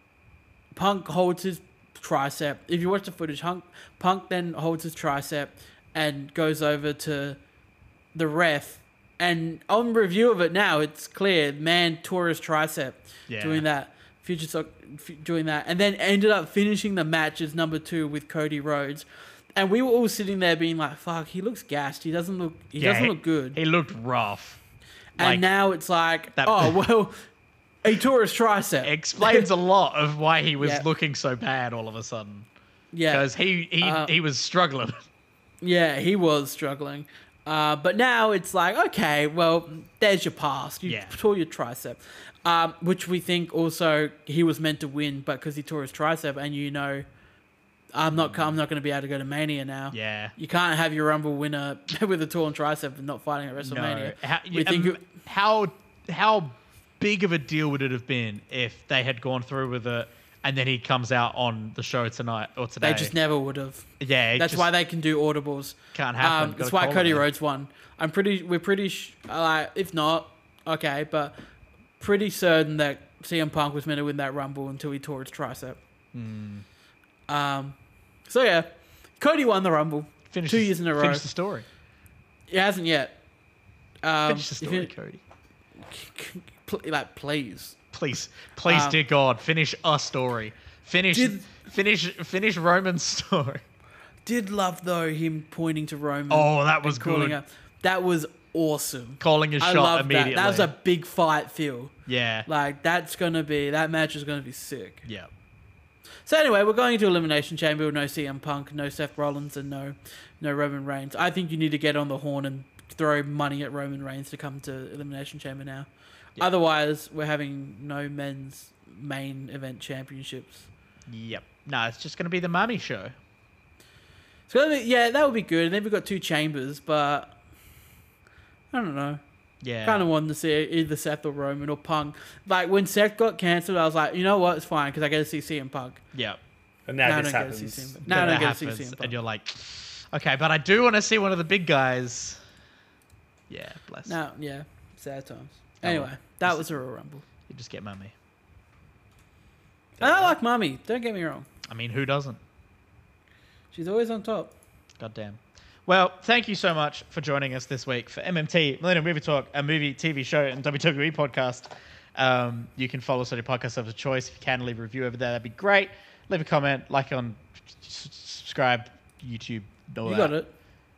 [SPEAKER 1] Punk holds his tricep. If you watch the footage, Punk, Punk then holds his tricep and goes over to the ref. And on review of it now, it's clear man tore his tricep
[SPEAKER 3] Yeah.
[SPEAKER 1] doing that. Future Shock f- doing that, and then ended up finishing the match as number two with Cody Rhodes. And we were all sitting there being like, "Fuck, he looks gassed. He doesn't look. He
[SPEAKER 3] Yeah,
[SPEAKER 1] doesn't look good."
[SPEAKER 3] He looked rough.
[SPEAKER 1] and
[SPEAKER 3] like-
[SPEAKER 1] now it's like,
[SPEAKER 3] That-
[SPEAKER 1] "Oh well, he tore his tricep."
[SPEAKER 3] Explains a lot of why he was
[SPEAKER 1] Yeah.
[SPEAKER 3] looking so bad all of a sudden.
[SPEAKER 1] yeah,
[SPEAKER 3] Because he he,
[SPEAKER 1] Uh,
[SPEAKER 3] he was struggling.
[SPEAKER 1] yeah, he was struggling. Uh, but now it's like, okay, well, there's your past. You
[SPEAKER 3] Yeah.
[SPEAKER 1] tore your tricep, um, which we think also he was meant to win, but because he tore his tricep, and you know, I'm not, I'm not going to be able to go to Mania now.
[SPEAKER 3] Yeah.
[SPEAKER 1] You can't have your Rumble winner with a torn tricep and not fighting at
[SPEAKER 3] No.
[SPEAKER 1] WrestleMania.
[SPEAKER 3] How,
[SPEAKER 1] we think
[SPEAKER 3] um, how how big of a deal would it have been if they had gone through with it and then he comes out on the show tonight or today?
[SPEAKER 1] they just never would have.
[SPEAKER 3] yeah.
[SPEAKER 1] That's why they can do audibles.
[SPEAKER 3] Can't happen.
[SPEAKER 1] Um,
[SPEAKER 3] Gotta
[SPEAKER 1] that's why
[SPEAKER 3] call
[SPEAKER 1] Cody
[SPEAKER 3] it.
[SPEAKER 1] Rhodes won. I'm pretty. We're pretty. Sh- like, if not, okay, but pretty certain that CM Punk was meant to win that Rumble until he tore his tricep.
[SPEAKER 3] Hmm.
[SPEAKER 1] Um. So yeah, Cody won the Rumble.
[SPEAKER 3] finish
[SPEAKER 1] two
[SPEAKER 3] the-
[SPEAKER 1] years in a row.
[SPEAKER 3] Finish the story.
[SPEAKER 1] He hasn't yet. Um,
[SPEAKER 3] Finish the
[SPEAKER 1] if
[SPEAKER 3] story,
[SPEAKER 1] you-
[SPEAKER 3] Cody.
[SPEAKER 1] pl- like, please.
[SPEAKER 3] Please, please,
[SPEAKER 1] Um,
[SPEAKER 3] dear God, finish a story. Finish,
[SPEAKER 1] Did-
[SPEAKER 3] finish, finish Roman's story.
[SPEAKER 1] Did love though him pointing to Roman.
[SPEAKER 3] Oh, that was
[SPEAKER 1] and calling
[SPEAKER 3] good.
[SPEAKER 1] out. That was awesome.
[SPEAKER 3] Calling his
[SPEAKER 1] I
[SPEAKER 3] shot
[SPEAKER 1] love
[SPEAKER 3] immediately.
[SPEAKER 1] that. That was a big fight feel.
[SPEAKER 3] yeah,
[SPEAKER 1] Like that's gonna be that match is gonna be sick.
[SPEAKER 3] yeah.
[SPEAKER 1] So anyway, we're going into Elimination Chamber with no CM Punk, no Seth Rollins, and no no Roman Reigns. I think you need to get on the horn and throw money at Roman Reigns to come to Elimination Chamber now. Otherwise, we're having no men's main event championships.
[SPEAKER 3] Yep. No, it's just gonna be the mummy show.
[SPEAKER 1] So that'd be- yeah, that would be good. And then we've got two chambers, but I don't know.
[SPEAKER 3] Yeah.
[SPEAKER 1] Kind of wanted to see either Seth or Roman or Punk. Like when Seth got cancelled, I was like, you know what, it's fine because I get to see CM Punk.
[SPEAKER 3] Yep.
[SPEAKER 2] And now
[SPEAKER 1] No, I
[SPEAKER 2] this
[SPEAKER 1] don't get to see
[SPEAKER 2] happens.
[SPEAKER 1] Sam. No, I
[SPEAKER 3] Then
[SPEAKER 1] don't
[SPEAKER 3] that
[SPEAKER 1] get to see
[SPEAKER 3] happens,
[SPEAKER 1] CM Punk.
[SPEAKER 3] And you're like, okay, but I do want to see one of the big guys. Yeah, bless.
[SPEAKER 1] No, yeah, sad times.
[SPEAKER 3] Oh,
[SPEAKER 1] Anyway,
[SPEAKER 3] well.
[SPEAKER 1] that was a Royal Rumble.
[SPEAKER 3] You just get mummy.
[SPEAKER 1] And I like Mummy. Don't get me wrong.
[SPEAKER 3] I mean, who doesn't?
[SPEAKER 1] She's always on top.
[SPEAKER 3] Goddamn. Well, thank you so much for joining us this week for MMT, Millennium Movie Talk, a movie, TV show, and WWE podcast. Um, you can follow us on your podcast of choice. If you can, leave a review over there. That'd be great. Leave a comment, like on, s- subscribe, YouTube. All
[SPEAKER 1] You
[SPEAKER 3] that.
[SPEAKER 1] got it.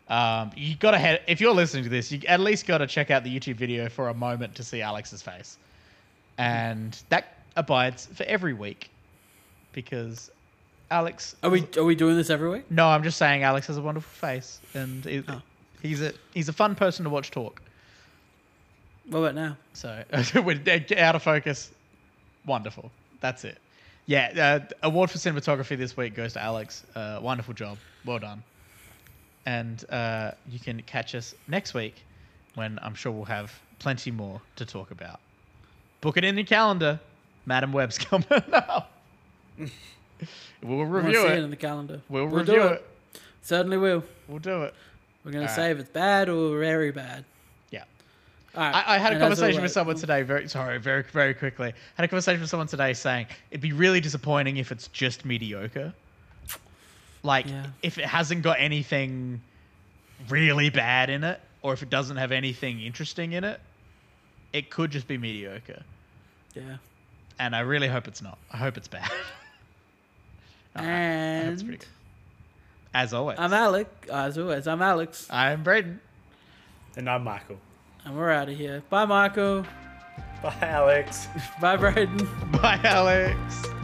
[SPEAKER 3] Um, you gotta head if you're listening to this, you at least gotta check out the YouTube video for a moment to see Alex's face, and that abides for every week, because Alex.
[SPEAKER 1] Are we are we doing this every week?
[SPEAKER 3] No, I'm just saying Alex has a wonderful face, and it,
[SPEAKER 1] Oh.
[SPEAKER 3] he's a he's a fun person to watch talk.
[SPEAKER 1] What about now?
[SPEAKER 3] So we're dead- out of focus. Wonderful. That's it. Yeah. Uh, award for cinematography this week goes to Alex. Uh, wonderful job. Well done. And uh, you can catch us next week when I'm sure we'll have plenty more to talk about. Book it in your calendar. Madam Web's coming up. we'll
[SPEAKER 1] I wanna
[SPEAKER 3] review
[SPEAKER 1] see
[SPEAKER 3] it.
[SPEAKER 1] it in the calendar.
[SPEAKER 3] We'll,
[SPEAKER 1] We'll
[SPEAKER 3] review
[SPEAKER 1] do
[SPEAKER 3] it.
[SPEAKER 1] it. Certainly will.
[SPEAKER 3] We'll do it.
[SPEAKER 1] We're gonna
[SPEAKER 3] Alright.
[SPEAKER 1] say if it's bad or very bad.
[SPEAKER 3] Yeah.
[SPEAKER 1] All right.
[SPEAKER 3] I, I had a
[SPEAKER 1] And as
[SPEAKER 3] conversation with
[SPEAKER 1] always-
[SPEAKER 3] someone today. Very sorry, very very quickly. Had a conversation with someone today saying it'd be really disappointing if it's just mediocre. Like
[SPEAKER 1] Yeah.
[SPEAKER 3] if it hasn't got anything really bad in it, or if it doesn't have anything interesting in it, it could just be mediocre.
[SPEAKER 1] Yeah.
[SPEAKER 3] And I really hope it's not. I hope it's bad. No, I- I hope it's pretty
[SPEAKER 1] And
[SPEAKER 3] good. As always,
[SPEAKER 1] I'm Alec, as always. I'm Alex,
[SPEAKER 3] I'm Braden.
[SPEAKER 2] And I'm Michael.
[SPEAKER 1] and we're out of here. Bye, Michael.
[SPEAKER 2] Bye, Alex.
[SPEAKER 1] Bye, Braden.
[SPEAKER 3] Bye, Alex.